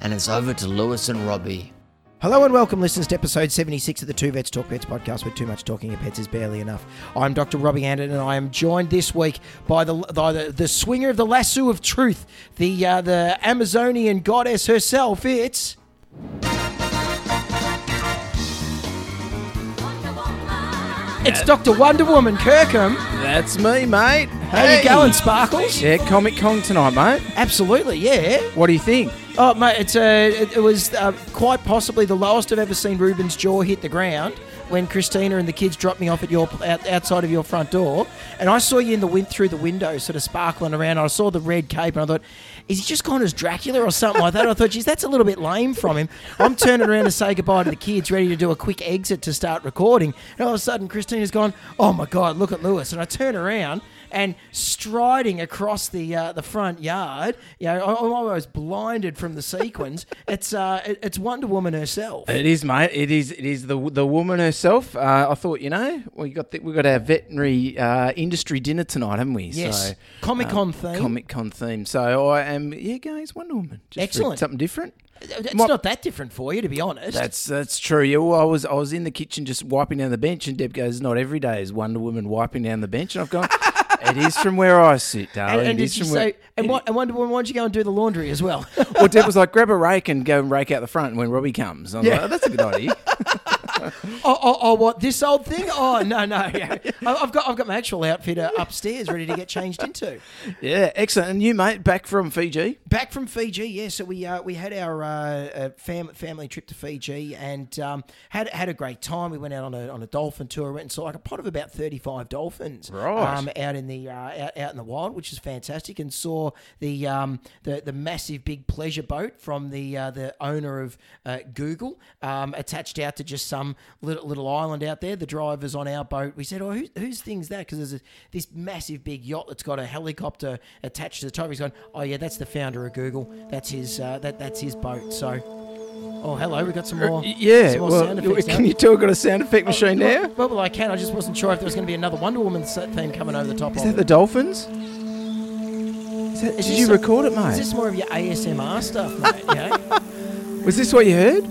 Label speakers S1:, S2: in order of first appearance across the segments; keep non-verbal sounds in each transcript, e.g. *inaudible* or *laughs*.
S1: and it's over to Lewis and Robbie.
S2: Hello and welcome, listeners, to episode 76 of the Two Vets Talk Pets podcast, where too much talking of pets is barely enough. I'm Dr. Robbie Andon, and I am joined this week by the by the, the swinger of the lasso of truth, the uh, the Amazonian goddess herself. It's it's Dr. Wonder Woman Kirkham.
S3: That's me, mate.
S2: How you going, Sparkles?
S3: Yeah, Comic Con tonight, mate.
S2: Absolutely, yeah.
S3: What do you think?
S2: Oh, mate, it's uh, it, it was uh, quite possibly the lowest I've ever seen Ruben's jaw hit the ground when Christina and the kids dropped me off at your out, outside of your front door, and I saw you in the wind through the window, sort of sparkling around. I saw the red cape, and I thought, is he just gone as Dracula or something like that? I thought, geez, that's a little bit lame from him. I'm turning around to say goodbye to the kids, ready to do a quick exit to start recording, and all of a sudden Christina's gone. Oh my God, look at Lewis! And I turn around and striding across the uh, the front yard. You know, I- I'm almost blinded from the sequins. it's uh, it- it's Wonder Woman herself.
S3: It is, mate. It is. It is the the woman herself. Uh, I thought, you know, we got the, we got our veterinary uh, industry dinner tonight, haven't we?
S2: Yes, Comic Con theme.
S3: um, Comic Con theme. So I am, yeah, guys, Wonder Woman. Just for
S2: Excellent.
S3: Something different.
S2: it's
S3: my-
S2: not that different for you, to be honest.
S3: That's that's true. Yeah, well, I was I was in the kitchen just wiping down the bench, and Deb goes, "Not every day is Wonder Woman wiping down the bench." And I've *laughs* gone, "It is from where I sit,
S2: and,
S3: darling.
S2: and
S3: it
S2: did
S3: is
S2: you
S3: from
S2: say? And, what, and Wonder Woman, why don't you go and do the laundry as
S3: *laughs*
S2: well?
S3: Well, Deb was like, grab a rake and go and rake out the front when Robbie comes. I was like, oh, that's a
S2: *laughs*
S3: good idea.
S2: oh, oh, oh, what this old thing? Oh no, no. yeah. I- I've got I've got my actual outfit uh, upstairs ready to get changed into.
S3: yeah, excellent. And you, mate, back from Fiji.
S2: Back from Fiji, yeah. So we uh, we had our uh, uh, fam- family trip to Fiji and um, had had a great time. We went out on a, on a dolphin tour, went and saw like a pot of about thirty five dolphins,
S3: Right.
S2: Um, out in the uh, out, out in the wild, which is fantastic, and saw the um, the the massive big pleasure boat from the uh, the owner of uh, Google um, attached out to just some little, little island out there. The drivers on our boat, we said, "Oh, who, whose thing's that?" Because there's a, this massive big yacht that's got a helicopter attached to the top. He's going, "Oh yeah, that's the founder of Google. That's his uh, that that's his boat." So, oh hello, we got some more
S3: Uh, Yeah.
S2: some more
S3: well,
S2: sound effects
S3: can
S2: now. Oh,
S3: you tell I've got a sound effect machine now?
S2: Well, well, I can. I just wasn't sure if there was going to be another Wonder Woman set theme coming over the top
S3: Is
S2: of
S3: that the
S2: it.
S3: dolphins? Is that,
S2: Is
S3: did
S2: this
S3: you
S2: a-
S3: record it,
S2: Is
S3: mate?
S2: this more of your ASMR stuff, mate? Yeah? *laughs*
S3: Was this what you heard?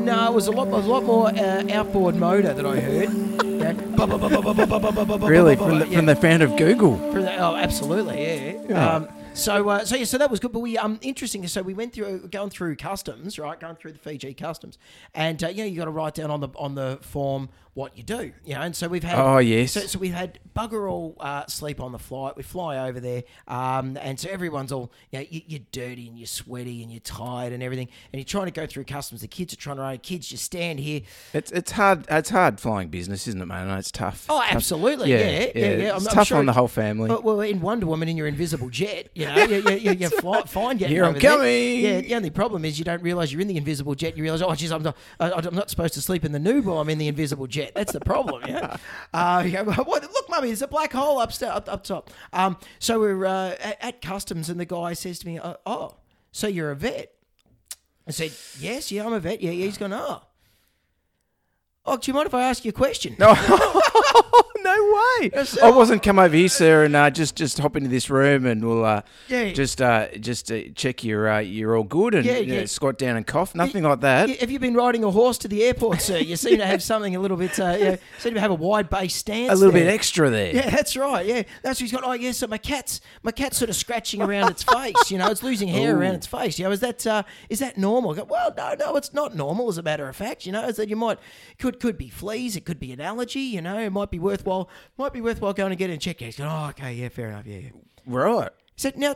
S2: no, it was a lot, a lot more uh, outboard motor that I heard. Yeah. Ba- ba- ba- ba- ba- ba- ba- ba- ba- ba- ba-
S3: Really,
S2: ba-
S3: from
S2: ba-
S3: the,
S2: yeah.
S3: from the founder of Google.
S2: From the- Oh, absolutely, yeah.
S3: Yeah.
S2: Um, so, uh, so yeah, so that was good. But we, um, interesting. So we went through, uh, going through customs, right? Going through the Fiji customs, and uh, you know, you got to write down on the on the form what you do, you know. And so we've had,
S3: Oh, yes.
S2: so, so we've had bugger all uh, sleep on the flight. We fly over there, um, and so everyone's all, you know, you, you're dirty and you're sweaty and you're tired and everything, and you're trying to go through customs. The kids are trying to run. Kids, just stand here.
S3: It's it's hard it's hard flying business, isn't it, mate? I know it's tough.
S2: Oh,
S3: Tough.
S2: absolutely. Yeah, yeah, yeah. I'm-
S3: it's
S2: I'm
S3: tough
S2: sure
S3: on the
S2: it-
S3: whole family.
S2: Well, well, in Wonder Woman, in your invisible jet, you know, you, you, you, you fly, fine getting
S3: Here I'm
S2: over there.
S3: coming.
S2: Yeah, the only problem is you don't realise you're in the invisible jet. You realise, oh, geez, I'm not, I, I'm not supposed to sleep in the noob while I'm in the invisible jet. That's the problem.
S3: *laughs*
S2: Yeah. uh, yeah but what, look, mummy, there's a black hole upstairs, up, up top. Um, so we're uh, at, at customs, and the guy says to me, "Oh, oh so you're a vet?" I said, "Yes, yeah, I'm a vet. Yeah, yeah." He's gone, "Oh, oh, do you mind if I ask you a question?" No,
S3: No way! I wasn't come over here, sir, and uh, just just hop into this room, and we'll uh,
S2: Yeah.
S3: just uh, just uh, check you're uh, you're all good, and
S2: Yeah,
S3: you know,
S2: yeah.
S3: squat down and cough, nothing like that.
S2: Y- Have you been riding a horse to the airport, sir? You seem to have something a little bit, uh, you know, seem to have a wide base stance.
S3: A little bit
S2: there.
S3: extra
S2: *laughs*
S3: there.
S2: Yeah, that's right. Yeah, that's what he's got. Oh, yeah. So my cat's my cat's sort of scratching around its face. You know, it's losing hair around its face. You know, is that uh, is that normal? I go, well, no, no, it's not normal. As a matter of fact, you know, is that you might could could be fleas. It could be an allergy. You know, it might be worthwhile. Might be worthwhile going and getting it checked. He's going, oh, okay, yeah, fair enough. Yeah, yeah.
S3: Right.
S2: He said, now,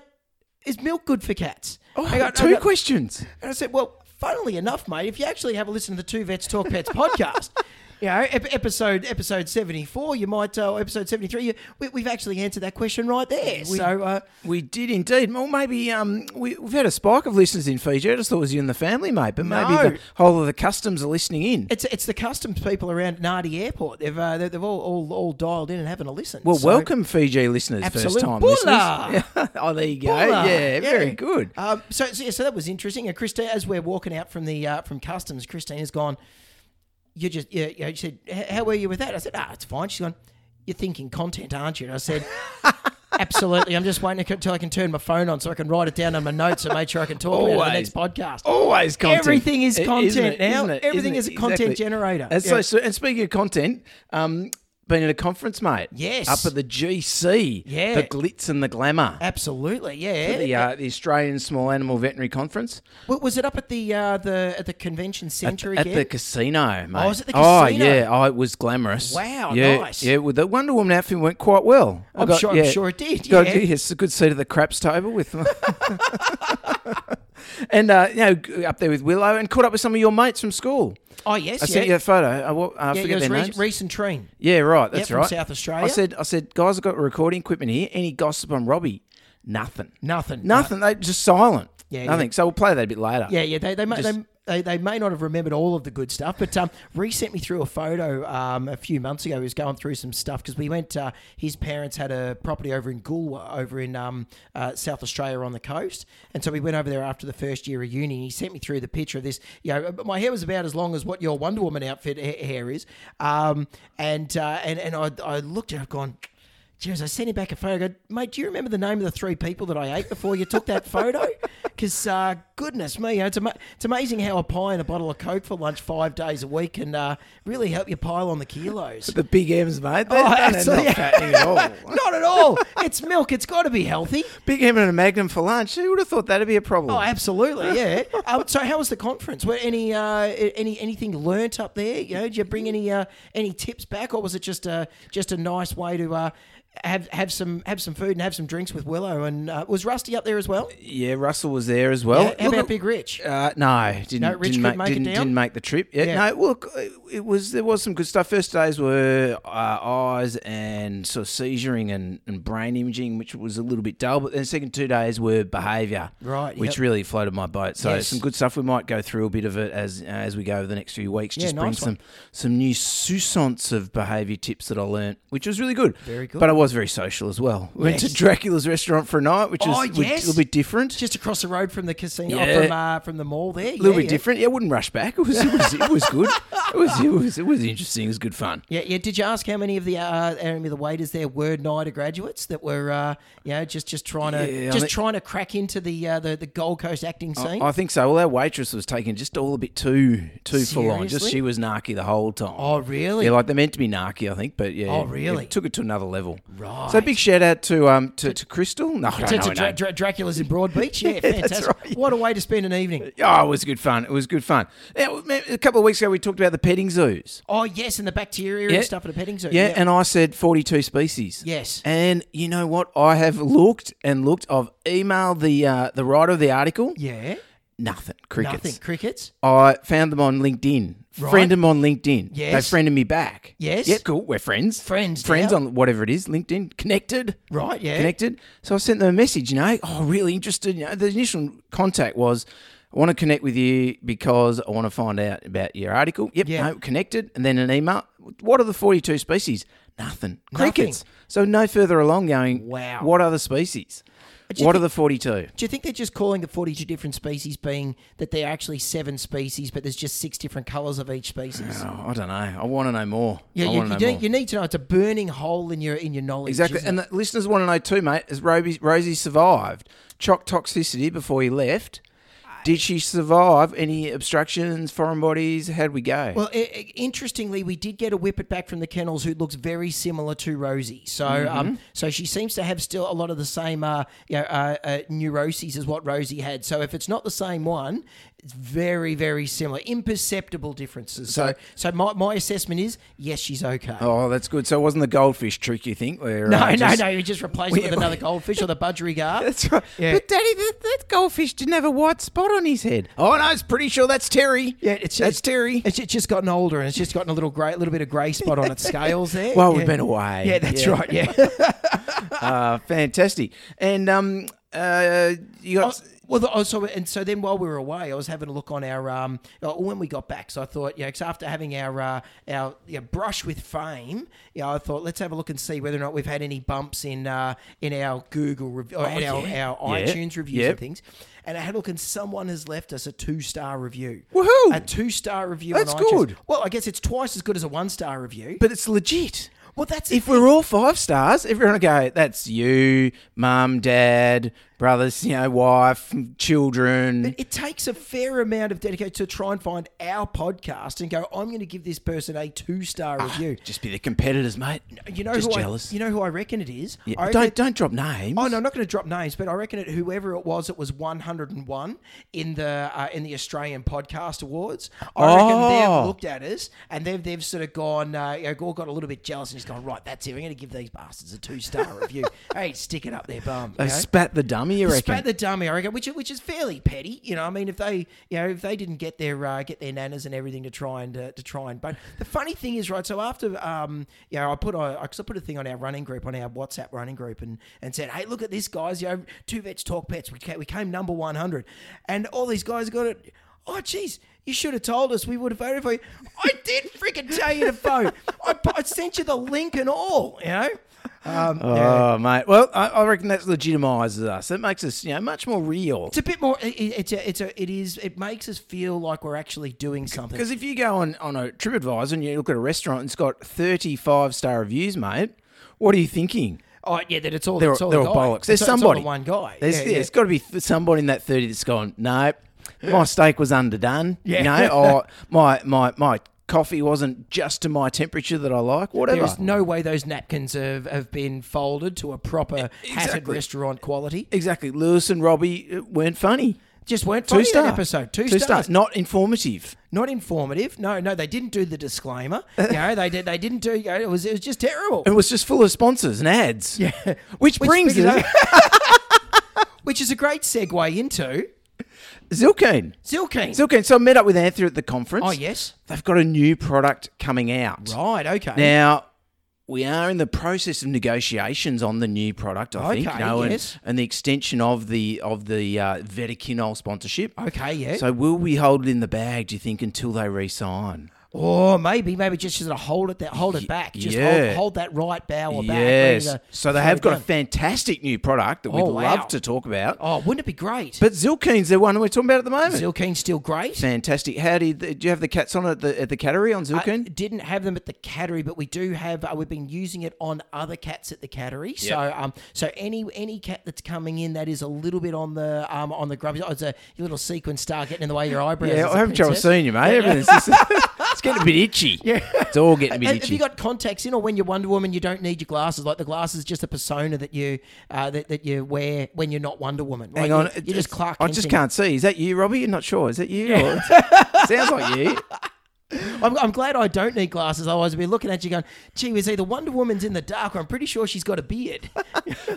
S2: is milk good for cats?
S3: Oh,
S2: I go,
S3: two
S2: I go-
S3: questions.
S2: and I said, well, funnily enough, mate, if you actually have a listen to the Two Vets Talk Pets podcast, *laughs* you know, ep- episode episode seventy four. You might uh, episode seventy three. We, we've actually answered that question right there. so uh,
S3: We did indeed. Well, maybe um, we, we've had a spike of listeners in Fiji. I just thought it was you and the family, mate. But
S2: No.
S3: maybe the whole of the customs are listening in.
S2: it's it's the customs people around Nardi Airport. They've uh, they- they've all, all all dialed in and having a listen.
S3: Well,
S2: So-
S3: welcome Fiji listeners,
S2: Absolute
S3: first time
S2: bulla.
S3: listeners. *laughs* oh, there you go.
S2: Bulla.
S3: Yeah, very good.
S2: Um, so, so, yeah, so that was interesting. And Christine, as we're walking out from the uh, from customs, Christine has gone. You just yeah, you know, she said, "H- "How were you with that?" I said, "Ah, it's fine." She's gone. You're thinking content, aren't you? And I
S3: *laughs*
S2: said. Absolutely. I'm just waiting until I can turn my phone on so I can write it down on my notes and make sure I can talk about it in
S3: Always.
S2: the next podcast.
S3: Always content.
S2: Everything is
S3: I- isn't
S2: content
S3: it?
S2: now.
S3: Isn't it?
S2: Everything
S3: Isn't
S2: is
S3: it?
S2: a content
S3: Exactly.
S2: generator.
S3: And,
S2: Yeah.
S3: so, so, and speaking of content, um, been at a conference, mate.
S2: Yes.
S3: Up at the GC.
S2: Yeah.
S3: The glitz and the glamour.
S2: Absolutely. Yeah.
S3: The, uh, the Australian Small Animal Veterinary Conference
S2: W- was it up at the uh, the at the convention centre
S3: at
S2: again?
S3: the casino, mate.
S2: was it the
S3: Oh,
S2: casino?
S3: yeah. Oh, it was glamorous.
S2: Wow,
S3: yeah,
S2: nice.
S3: Yeah, well, the Wonder Woman outfit went quite well. I
S2: I'm sure- I'm sure it did,
S3: Got,
S2: yeah.
S3: yes, a good seat at the craps table with. *laughs* and uh, you know, g- up there with Willow, and caught up with some of your mates from school.
S2: oh yes.
S3: I
S2: yeah.
S3: sent you a photo. I, wa- I
S2: yeah,
S3: forget
S2: it was
S3: their
S2: Re-
S3: names.
S2: Reese and Treen.
S3: Yeah, right. That's
S2: from
S3: right.
S2: South Australia.
S3: I said, I said, guys, I've got recording equipment here. Any gossip on Robbie? Nothing.
S2: Nothing.
S3: Nothing. They just silent.
S2: Yeah,
S3: Nothing.
S2: yeah.
S3: So we'll play that a bit later.
S2: Yeah, yeah. They they, may
S3: Just-
S2: they, they they may not have remembered all of the good stuff, but um, Reece sent me through a photo um, a few months ago. He was going through some stuff because we went. Uh, his parents had a property over in Goolwa, over in um, uh, South Australia on the coast, and so we went over there after the first year of uni. He sent me through the picture of this. You know, uh, my hair was about as long as what your Wonder Woman outfit ha- hair is, um, and uh, and and I, I looked at it, I've gone. Jeez, I sent him back a photo. I go, mate, do you remember the name of the three people that I ate before you took that photo? *laughs* Because uh, goodness me, it's, ama- it's amazing how a pie and a bottle of Coke for lunch five days a week can uh, really help you pile on the
S3: *laughs*
S2: kilos.
S3: The big M's, mate. They,
S2: Oh,
S3: they're
S2: absolutely.
S3: not fattening at all.
S2: Not at all. It's milk. It's got to be healthy.
S3: *laughs* big M and a Magnum for lunch. Who would have thought that'd be a problem?
S2: Oh, absolutely, yeah. Um, so, how was the conference? Were any uh, any anything learnt up there? You know, did you bring any uh, any tips back, or was it just a just a nice way to uh, have have some have some food and have some drinks with Willow? And uh, was Rusty up there as well?
S3: yeah, Russell was there as well.
S2: Yeah, how
S3: Look,
S2: about Big Rich?
S3: Uh, no, didn't,
S2: No, Rich couldn't
S3: didn't, make,
S2: make it
S3: didn't,
S2: down?
S3: didn't make the trip. Yeah,
S2: Yeah.
S3: No, look, it, it was there was some good stuff. First days were uh, eyes and sort of seizuring and, and brain imaging, which was a little bit dull. But then the second two days were behaviour,
S2: Right,
S3: which
S2: yep.
S3: really floated my boat. So
S2: Yes.
S3: some good stuff. We might go through a bit of it as as we go over the next few weeks. Just bring
S2: nice one.
S3: some some new sousance of behaviour tips that I learnt, which was really good.
S2: Very good.
S3: But I was very social as well. Went to
S2: Yes.
S3: Dracula's restaurant for a night, which
S2: Oh,
S3: is
S2: yes.
S3: a little bit different.
S2: just across the road from the casino,
S3: Yeah.
S2: oh, from uh, from the mall there.
S3: a little bit different. Yeah, I wouldn't rush back. It was it was, it was good. It was, it was it was interesting. It was good fun.
S2: Yeah, yeah. Did you ask how many of the uh, how many of the waiters there were NIDA graduates that were, uh, you know, just just trying to
S3: Yeah, I
S2: just
S3: think-
S2: trying to crack into the uh, the the Gold Coast acting scene?
S3: I think so. Well, our waitress was taken just all a bit too too full on. Just
S2: Seriously?
S3: she was narky the whole time.
S2: oh, really?
S3: Yeah, like they're meant to be narky, I think, but yeah.
S2: Oh, really?
S3: It took it to another level.
S2: Right.
S3: So big shout out to um to, to Crystal. No, I don't
S2: To-
S3: know
S2: to
S3: her
S2: Dra-
S3: name.
S2: Dra- Dracula's in
S3: *laughs*
S2: Broadbeach. Yeah,
S3: that's
S2: fantastic.
S3: right.
S2: What a way to spend an evening.
S3: Oh, it was good fun. It was good fun. Now, a couple of weeks ago, we talked about the petting zoos.
S2: Oh yes, and the bacteria and stuff at a petting zoo.
S3: Yeah, and I said 42 species.
S2: Yes.
S3: And you know what? I have looked and looked. I've emailed the uh, the writer of the article.
S2: yeah,
S3: Nothing. Crickets.
S2: nothing. Crickets.
S3: I found them on LinkedIn.
S2: Right.
S3: Friend them on LinkedIn.
S2: Yes.
S3: They friended me back.
S2: Yes.
S3: Yeah, cool. We're friends.
S2: Friends
S3: Friends
S2: now.
S3: on whatever it is, LinkedIn. Connected.
S2: Right. Yeah.
S3: Connected. So I sent them a message, you know, oh, really interested. You know, the initial contact was, I want to connect with you because I want to find out about your article. Yep.
S2: Yeah.
S3: No, connected. And then an email. What are the 42 species? Nothing. Crickets. So no further along going,
S2: Wow.
S3: What other species? What
S2: you
S3: are the 42?
S2: Do you think they're just calling the 42 different species being that they're actually seven species, but there's just six different colours of each species?
S3: Oh, I don't know. I want to know more.
S2: Yeah,
S3: I
S2: you,
S3: want
S2: you
S3: to know
S2: do,
S3: more.
S2: you need to know. It's a burning hole in your in your knowledge.
S3: Exactly.
S2: isn't
S3: And the listeners want to know too, mate, has Roby, Rosie survived shock toxicity before he left? Did she survive any obstructions, foreign bodies? How'd we go?
S2: Well, i i- interestingly, we did get a whippet back from the kennels who looks very similar to Rosie. So,
S3: Mm-hmm.
S2: um, so she seems to have still a lot of the same uh, you know, uh, uh, neuroses as what Rosie had. So, if it's not the same one, it's very, very similar, imperceptible differences. So, so my, my assessment is yes, she's okay.
S3: oh, that's good. So it wasn't the goldfish trick, you think? Where,
S2: no,
S3: uh,
S2: no,
S3: just-
S2: no, you just *laughs* replace it with another goldfish or the budgerigar.
S3: *laughs* That's right.
S2: Yeah.
S3: But, Daddy, that, that goldfish didn't have a white spot on his head. Oh no, it's pretty sure that's Terry.
S2: Yeah, it's just,
S3: that's Terry.
S2: It's, it's just gotten older and it's just gotten a little grey, little bit of grey spot on its *laughs* scales there.
S3: Well,
S2: yeah.
S3: we've been away.
S2: Yeah, that's right. Yeah.
S3: Uh, fantastic. And um, uh, you got.
S2: well, the, oh, so and so then while we were away, I was having a look on our um oh, when we got back. So I thought, yeah, 'cause after having our uh, our yeah, brush with fame, yeah, I thought let's have a look and see whether or not we've had any bumps in uh, in our Google review, in
S3: Oh, yeah.
S2: our, our
S3: Yeah.
S2: iTunes reviews
S3: Yep.
S2: and things. And I had a look, and someone has left us a two star review.
S3: Woohoo!
S2: A two star review.
S3: That's
S2: on iTunes.
S3: good.
S2: Well, I guess it's twice as good as a one star review.
S3: But it's legit.
S2: well, that's
S3: If we're all five stars, everyone will go, that's you, mum, dad, brothers, you know, wife, children.
S2: It takes a fair amount of dedication to try and find our podcast and go. I'm going to give this person a two star
S3: Ah,
S2: review.
S3: Just be the competitors, mate.
S2: You know
S3: Just
S2: who
S3: jealous.
S2: I, you know who I reckon it is.
S3: Yeah,
S2: I reckon
S3: don't
S2: it-
S3: don't drop names.
S2: Oh no, I'm not going to drop names, but I reckon it whoever it was. It was 101 in the uh, in the Australian Podcast Awards. I reckon
S3: Oh.
S2: they've looked at us and they've they've sort of gone. Uh, you know, all got a little bit jealous and just gone. Right, that's it. We're going to give these bastards a two star
S3: *laughs*
S2: review. Hey, stick it up their bum.
S3: They
S2: you know?
S3: spat the dummy, you reckon?
S2: Spat the dummy, I reckon, which is- which is fairly petty. You know, I mean, if they, you know, if they didn't get their uh, get their nanas and everything to try and uh, to try and, but the funny thing is, right? So after, um, you know, I put a, I 'cause I put a thing on our running group, on our WhatsApp running group, and and said, hey, look at this, guys. You know, two vets talk pets. We came, we came number one hundred, and all these guys got it. Oh, jeez. You should have told us. We would have voted for you. I did freaking tell you to vote. I, pu- I sent you the link and all. You know. Um, yeah.
S3: Oh mate, well I, I reckon that legitimises us. It makes us, you know, much more real.
S2: It's a bit more. It, it- it's a, it's a, it is. It makes us feel like we're actually doing something.
S3: Because if you go on on a TripAdvisor and you look at a restaurant and it's got thirty five star reviews, mate, what are you thinking?
S2: Oh yeah, that it's all.
S3: They're,
S2: it's all
S3: they're
S2: a
S3: all
S2: guy.
S3: bollocks.
S2: It's
S3: There's
S2: all- it's all
S3: somebody.
S2: the one guy.
S3: There's,
S2: yeah,
S3: yeah, It's got to be th- somebody in that thirty that's gone. No, my steak was *laughs* underdone.
S2: Yeah.
S3: You know, or my my my coffee wasn't just to my temperature that I like. Whatever.
S2: There's no way those napkins have, have been folded to a proper hatted
S3: E, Exactly.
S2: restaurant quality.
S3: exactly. Lewis and Robbie uh, weren't funny.
S2: Just weren't
S3: Two
S2: funny that
S3: stars.
S2: episode. Two,
S3: Two
S2: stars.
S3: stars. Not informative.
S2: Not informative. No, no, they didn't do the
S3: *laughs*
S2: disclaimer. you know, they did. They didn't do. You know, it was it was just terrible.
S3: It was just full of sponsors and ads.
S2: Yeah. *laughs*
S3: Which, brings
S2: is-
S3: us *laughs*
S2: which is a great segue into
S3: Zilkeen.
S2: Zilkeen.
S3: Zilkeen. So I met up with Anthony at the conference.
S2: oh yes.
S3: They've got a new product coming out.
S2: Right. Okay.
S3: Now, we are in the process of negotiations on the new product, I think,
S2: Okay,
S3: you know, and-
S2: yes.
S3: and, the extension of the of the uh, Vetiquinol sponsorship.
S2: okay. Yeah.
S3: So will we hold it in the bag, do you think, until they re-sign?
S2: Or maybe, maybe just sort of hold it, that hold it back, just
S3: yeah.
S2: hold, hold that right bow or back. ready
S3: yes.
S2: to
S3: So they
S2: throw
S3: have
S2: it
S3: got a
S2: down.
S3: fantastic new product that we'd
S2: Oh, wow.
S3: love to talk about.
S2: oh, wouldn't it be great? But
S3: But Zilkeen's the one we're talking about at the moment.
S2: Zilkeen's still great.
S3: Fantastic. How do you, do you have the cats on at the at the cattery on
S2: I
S3: Zilkeen?
S2: Uh, didn't have them at the cattery, but we do have. Uh, we've been using it on other cats at the cattery. So, um, so any any cat that's coming in that is a little bit on the um on the grumpy. Oh, it's a your little sequin star getting in the way of your eyebrows.
S3: yeah,
S2: as a
S3: I'm having trouble
S2: princess.
S3: seeing you, mate. Everything's just, *laughs* it's getting a bit itchy. Yeah, it's all getting a bit
S2: And
S3: itchy.
S2: have you got contacts in, or when you're Wonder Woman, you don't need your glasses? Like the glasses is just a persona that you uh, that, that you wear when you're not Wonder Woman. Like,
S3: Hang on,
S2: you- you're, just
S3: it's-
S2: Clark.
S3: I
S2: Kent
S3: just
S2: in-
S3: can't see. Is that you, Robbie? You're not sure. Is that you? Or it's- sounds
S2: *laughs*
S3: like you.
S2: I'm, I'm glad I don't need glasses. Otherwise, I'd be looking at you going, "Gee, was either Wonder Woman's in the dark, or I'm pretty sure she's got a beard."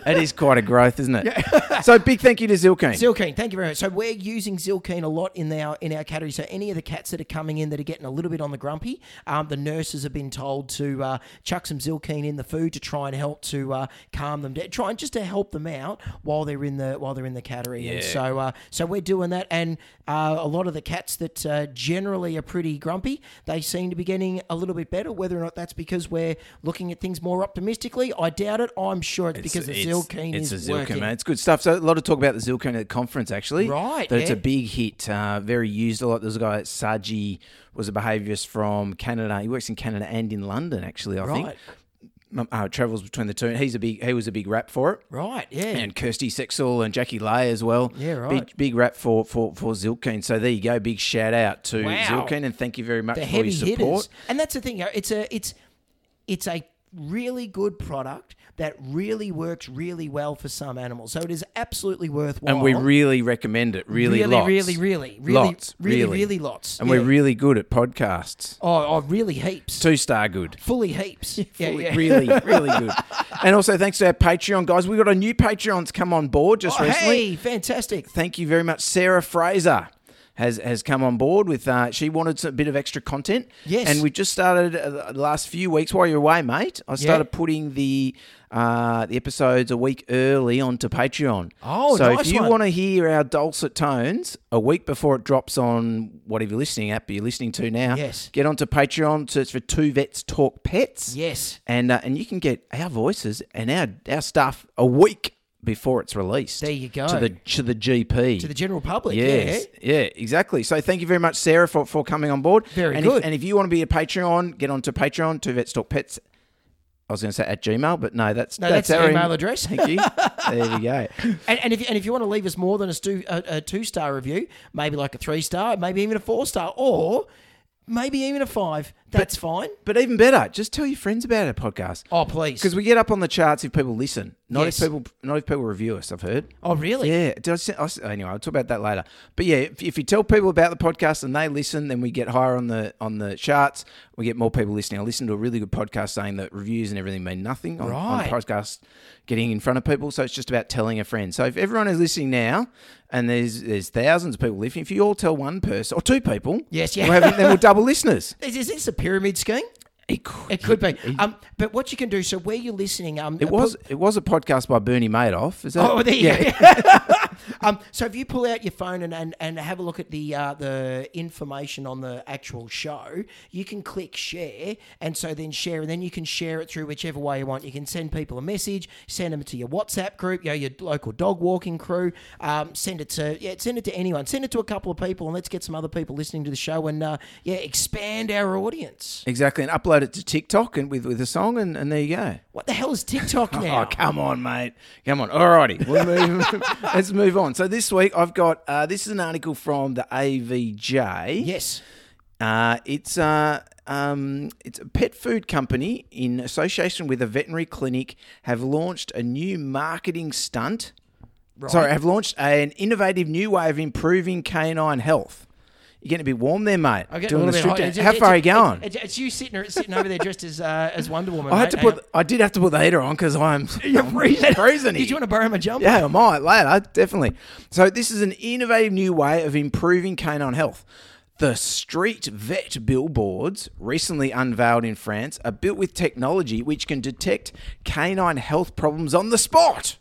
S3: That is quite a growth, isn't it? *laughs* so big thank you to Zilkeen.
S2: Zilkeen, thank you very much. So we're using Zilkeen a lot in our in our category. So any of the cats that are coming in that are getting a little bit on the grumpy, um, the nurses have been told to uh, chuck some Zilkeen in the food to try and help to uh, calm them down, try and just to help them out while they're in the while they're in the category. And so uh, so we're doing that, and uh, a lot of the cats that uh, generally are pretty grumpy, they seem to be getting a little bit better. Whether or not that's because we're looking at things more optimistically, I doubt it. I'm sure it's, because the Zilkeen
S3: it's
S2: is
S3: a Zilkeen,
S2: working.
S3: man. It's good stuff. So a lot of talk about the Zilkeen at the conference, actually.
S2: Right,
S3: That It's a
S2: yeah.
S3: big hit. Uh, very used a lot. There's a guy, Saji, was a behaviourist from Canada. He works in Canada and in London, actually. I
S2: Right.
S3: think. Uh, travels between the two. He's a big. He was a big rap for it.
S2: Right, yeah.
S3: and Kirsty Sexel and Jackie Lay as well.
S2: Yeah, right.
S3: Big, big rap for, for for Zilkeen. So there you go. Big shout out to
S2: Wow.
S3: Zilkeen and thank you very much
S2: the
S3: for your
S2: heavy
S3: support.
S2: hitters. And that's the thing. you know, It's a it's it's a really good product that really works really well for some animals. So it is absolutely worthwhile.
S3: And we really recommend it. Really,
S2: really,
S3: lots.
S2: really, really, really,
S3: Lots,
S2: really,
S3: really.
S2: really, lots.
S3: And
S2: Yeah.
S3: we're really good at podcasts.
S2: oh, oh, really heaps,
S3: Two star good. *laughs*
S2: fully heaps. Yeah,
S3: Fully-
S2: yeah. *laughs*
S3: Really, really good. and also thanks to our Patreon guys. We got a new Patreon's come on board just
S2: Oh,
S3: recently.
S2: hey, fantastic.
S3: Thank you very much, Sarah Fraser. Has, has come on board with uh, she wanted a bit of extra content
S2: Yes.
S3: and we just started uh, the last few weeks while you're away mate I started putting the uh, the episodes a week early onto Patreon
S2: Oh,
S3: so
S2: nice
S3: if you
S2: one.
S3: want to hear our dulcet tones a week before it drops on whatever you're listening app you're listening to now
S2: Yes.
S3: get onto Patreon search for two vets talk pets
S2: Yes.
S3: and uh, and you can get our voices and our our stuff a week before it's released.
S2: There you go.
S3: to the to the GP
S2: To the general public.
S3: Yes,
S2: Yeah.
S3: yeah, exactly. So thank you very much, Sarah, for, for coming on board.
S2: Very
S3: and
S2: good.
S3: If, and if you want to be a Patreon, get onto Patreon, Two Vets Talk Pets. I was going to say at Gmail, but no, that's
S2: No, that's
S3: that's,
S2: the
S3: our
S2: email address.
S3: *laughs* Thank you. there
S2: *laughs*
S3: you go.
S2: And, and if you, and if you want to leave us more than a, stu, a, a two star review, maybe like a three star, maybe even a four star, or maybe even a five. That's fine.
S3: But even better, just tell your friends about our podcast
S2: Oh please.
S3: because we get up on the charts if people listen, not
S2: Yes.
S3: if people not if people review us. I've heard.
S2: oh really?
S3: Yeah. Did I say, I s- anyway, I'll talk about that later. But yeah, if, if you tell people about the podcast and they listen, then we get higher on the on the charts. We get more people listening. I listened to a really good podcast saying that reviews and everything mean nothing on, on
S2: Right.
S3: podcasts getting in front of people. So it's just about telling a friend. So if everyone is listening now, and there's there's thousands of people listening, if you all tell one person or two people,
S2: Yes, yeah.
S3: we'll have- then we'll double listeners.
S2: Is, is this a pyramid scheme?
S3: It
S2: *laughs*
S3: could,
S2: It could be. Um, but what you can do, so where you're listening, um,
S3: it was it was a podcast by Bernie Madoff. Is that? *laughs*
S2: Oh, there you
S3: yeah. *laughs*
S2: go. um, so if you pull out your phone and, and, and have a look at the uh, the information on the actual show, you can click share, and so then share, and then you can share it through whichever way you want. You can send people a message, send them to your WhatsApp group, you know, your local dog walking crew, um, send it to yeah, send it to anyone, send it to a couple of people, and let's get some other people listening to the show, and uh, yeah, expand our audience.
S3: Exactly, and upload it to TikTok and with, with a song, and, and there you go.
S2: What the hell is TikTok now?
S3: *laughs* Oh, come on, mate. Come on. All righty.
S2: *laughs*
S3: We'll move, *laughs* let's move on. So this week I've got uh, this is an article from the AVJ.
S2: Yes.
S3: Uh, it's uh, um, it's a pet food company in association with a veterinary clinic have launched a new marketing stunt. Sorry, have launched an innovative new way of improving canine health. You're getting a bit warm there, mate.
S2: I'm getting
S3: Doing
S2: a little
S3: the
S2: bit
S3: strip
S2: hot.
S3: down.
S2: It's-
S3: How
S2: it's-
S3: far are you
S2: it's-
S3: going?
S2: It's, it's you sitting, or- sitting over there dressed as
S3: *laughs*
S2: uh, as Wonder Woman.
S3: I
S2: mate.
S3: had to
S2: Hang
S3: put. I did have to put the heater on because
S2: *laughs*
S3: I'm. You're
S2: freezing.
S3: freezing.
S2: on. Did you want to borrow my jumper?
S3: Yeah, I might later, definitely. So this is an innovative new way of improving canine health. The street vet billboards, recently unveiled in France, are built with technology which can detect canine health problems on the spot.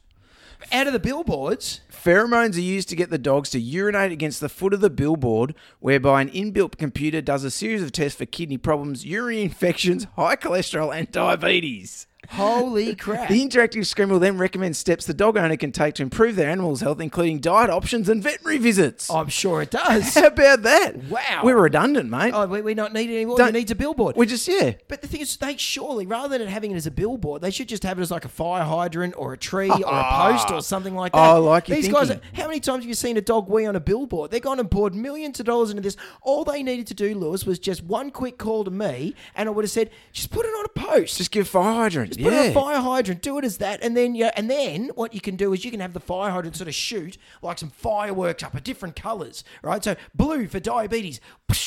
S2: Out of the billboards.
S3: Pheromones are used to get the dogs to urinate against the foot of the billboard, whereby an inbuilt computer does a series of tests for kidney problems, urinary *laughs* infections, high cholesterol, and diabetes.
S2: Holy
S3: *laughs*
S2: crap!
S3: The interactive screen will then recommend steps the dog owner can take to improve their animal's health, including diet options and veterinary visits.
S2: I'm sure it does.
S3: *laughs* How about that?
S2: Oh, Wow.
S3: We're redundant, mate.
S2: oh, we, we don't need it anymore.
S3: Don't-
S2: we need a billboard.
S3: We just, yeah.
S2: but the thing is, they surely, rather than having it as a billboard, they should just have it as like a fire hydrant or a tree or a post
S3: *laughs*
S2: or something like that.
S3: Oh, I like your
S2: These guys,
S3: thinking.
S2: how many times have you seen a dog wee on a billboard? They've gone and poured millions of dollars into this. All they needed to do, Lewis, was just one quick call to me, and I would have said, just put it on a post.
S3: Just give fire hydrant.
S2: Put
S3: yeah.
S2: it on a fire hydrant. Do it as that, and then yeah, and then what you can do is you can have the fire hydrant sort of shoot like some fireworks up, of different colours, right? So blue for diabetes,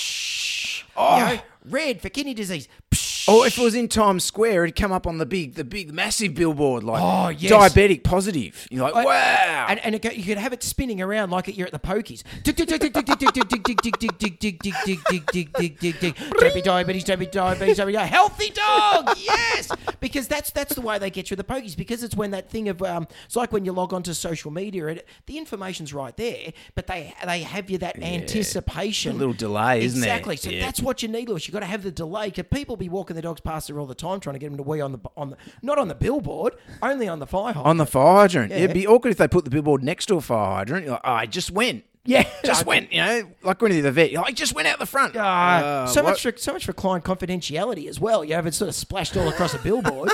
S2: psh, you know, red for kidney disease. Psh,
S3: Or if it was in Times Square, it'd come up on the big, the big, massive billboard like
S2: Oh, yes.
S3: diabetic positive. You're like, wow.
S2: And, and it, go- you could have it spinning around like you're at the pokies. Tick, tick, tick, tick, tick, tick, tick, tick, tick, tick, tick, tick, tick, tick, tick, tick, tick, tick, tick, tick. Don't be diabetes, don't be diabetes, don't be di- healthy dog. Yes, because that's that's the way they get you at the pokies. Because it's when that thing of um, it's like when you log onto social media, it, the information's right there, but they they have you that anticipation.
S3: A little delay, isn't there?
S2: exactly. So
S3: Yeah.
S2: that's what you need, Lewis. You've got to have the delay. Because people be walking their dogs past there all the time, trying to get them to wee on the on the not on the billboard, only on the fire hydrant.
S3: on the fire hydrant.
S2: Yeah.
S3: It'd be awkward if they put the billboard next to a fire hydrant. You're like, oh, I just went.
S2: Yeah.
S3: Just went, you know, like when you're the vet. You're like, I just went out the front.
S2: Uh, so
S3: what-
S2: much for so much for client confidentiality as well. You have it sort of splashed all across a *laughs* billboard.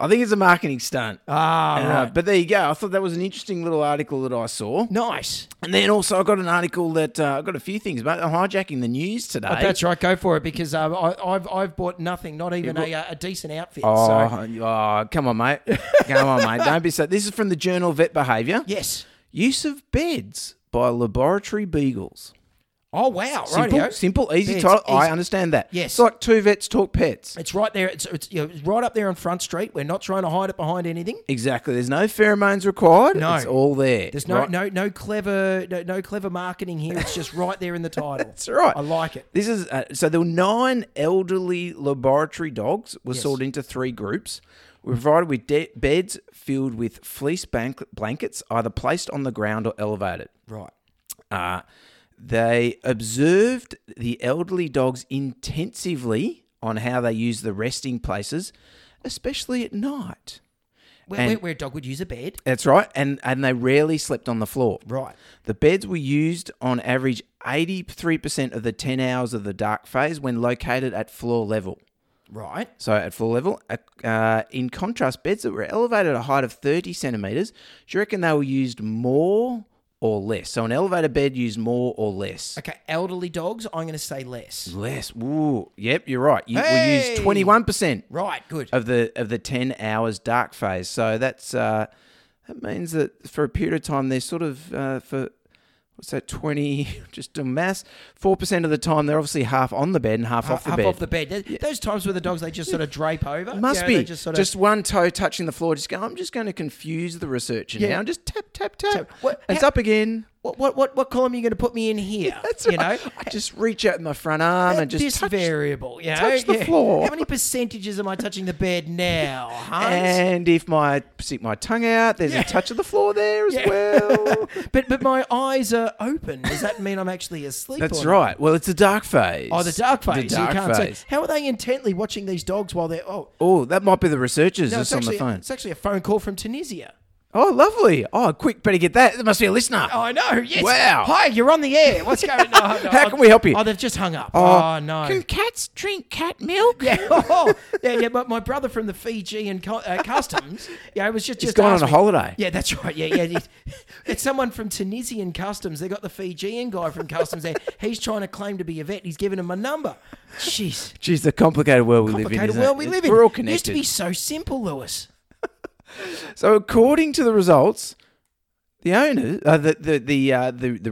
S3: I think it's a marketing stunt. Ah, But there you go. I thought that was an interesting little article that I saw.
S2: nice.
S3: And then also I got an article that uh, I got a few things, but I'm hijacking the news today.
S2: Oh, That's right. Go for it because um, I, I've I've bought nothing, not even a, uh, a decent outfit.
S3: Oh,
S2: So
S3: oh, come on, mate. Come on, mate. Don't be so. This is from the journal Vet Behaviour.
S2: yes,
S3: Use of beds by laboratory beagles.
S2: Oh wow,
S3: Simple,
S2: rightio.
S3: simple, easy
S2: Yeah, it's
S3: title. I
S2: easy.
S3: understand that.
S2: Yes.
S3: It's like two vets talk pets.
S2: It's right there. It's, it's you know, it's right up there on Front Street. We're not trying to hide it behind anything.
S3: Exactly. There's no pheromones required.
S2: No.
S3: It's all there.
S2: There's no
S3: right?
S2: no no clever no, no clever marketing here. It's just right there in the *laughs* title.
S3: That's right.
S2: I like it.
S3: This is uh, so there were nine elderly laboratory dogs were sold into three groups. Were provided with de- beds filled with fleece bank- blankets, either placed on the ground or elevated.
S2: Right.
S3: Uh, they observed the elderly dogs intensively on how they use the resting places, especially at night.
S2: Where,
S3: And-
S2: where, where a dog would use a bed.
S3: That's right, and and they rarely slept on the floor.
S2: Right.
S3: The beds were used on average 83% of the 10 hours of the dark phase when located at floor level.
S2: Right.
S3: So, at floor level, uh, in contrast, beds that were elevated at a height of 30 centimeters, do you reckon they were used more or less? So, an elevator bed used more or less?
S2: Okay. Elderly dogs. I'm going to say less.
S3: Less. Ooh, yep, you're right. You
S2: Hey!
S3: were used 21%
S2: Right. Good.
S3: of the of the 10 hours dark phase. So, that's uh, that means that for a period of time, they're sort of uh, for what's that 20 *laughs* just do mass 4% of the time they're obviously half on the bed and half, off the
S2: half
S3: bed
S2: off the bed. Th- Those times where the dogs they just sort of drape over.
S3: must
S2: you know,
S3: be
S2: they
S3: just,
S2: Just sort of.
S3: one toe touching the floor just go i'm just going to confuse the researcher
S2: Yeah.
S3: now just tap tap tap,
S2: Tap. What-
S3: it's
S2: how-
S3: up again
S2: What what what, what column are you going to put me in *laughs* here?
S3: that's
S2: you
S3: right.
S2: know.
S3: i just reach out with my front arm and
S2: At
S3: just
S2: this
S3: touch
S2: variable, you know?
S3: touch the
S2: Yeah.
S3: floor.
S2: How many percentages am I touching the bed now, Hans?
S3: and if my stick my tongue out there's
S2: Yeah.
S3: a touch of the floor there as
S2: Yeah.
S3: well
S2: *laughs* But but my eyes are open. Does that mean I'm actually asleep?
S3: that's
S2: or not?
S3: right well it's a dark phase
S2: Oh, the dark phase.
S3: dark
S2: you can't
S3: phase.
S2: See. How are they intently watching these dogs while they're oh?
S3: oh that might be the researchers
S2: No, it's
S3: just on the
S2: actually,
S3: phone
S2: it's actually a phone call from Tunisia.
S3: oh lovely oh quick better get that there must be a listener
S2: Oh, I know. Yes.
S3: Wow.
S2: Hi, you're on the air. What's going on? No,
S3: *laughs* How
S2: oh,
S3: can we help you?
S2: Oh, they've just hung up.
S3: Oh,
S2: Oh, no.
S3: can cats drink cat milk
S2: yeah, *laughs* oh, yeah, yeah. But my brother from the Fijian co- uh, customs, yeah, it was just just
S3: gone on
S2: asked
S3: a
S2: me-
S3: holiday.
S2: Yeah, that's right. Yeah, yeah. it- *laughs* it's someone from Tunisian customs. They got the Fijian guy from customs there. He's trying to claim to be a vet. He's given him a number. Jeez,
S3: Jeez, the complicated world we live in.
S2: complicated
S3: isn't
S2: world
S3: it?
S2: we
S3: It's-
S2: live in.
S3: We're all
S2: It Used to
S3: connected.
S2: be so simple, Lewis.
S3: So, according to the results, the owners, uh, the the the, uh, the the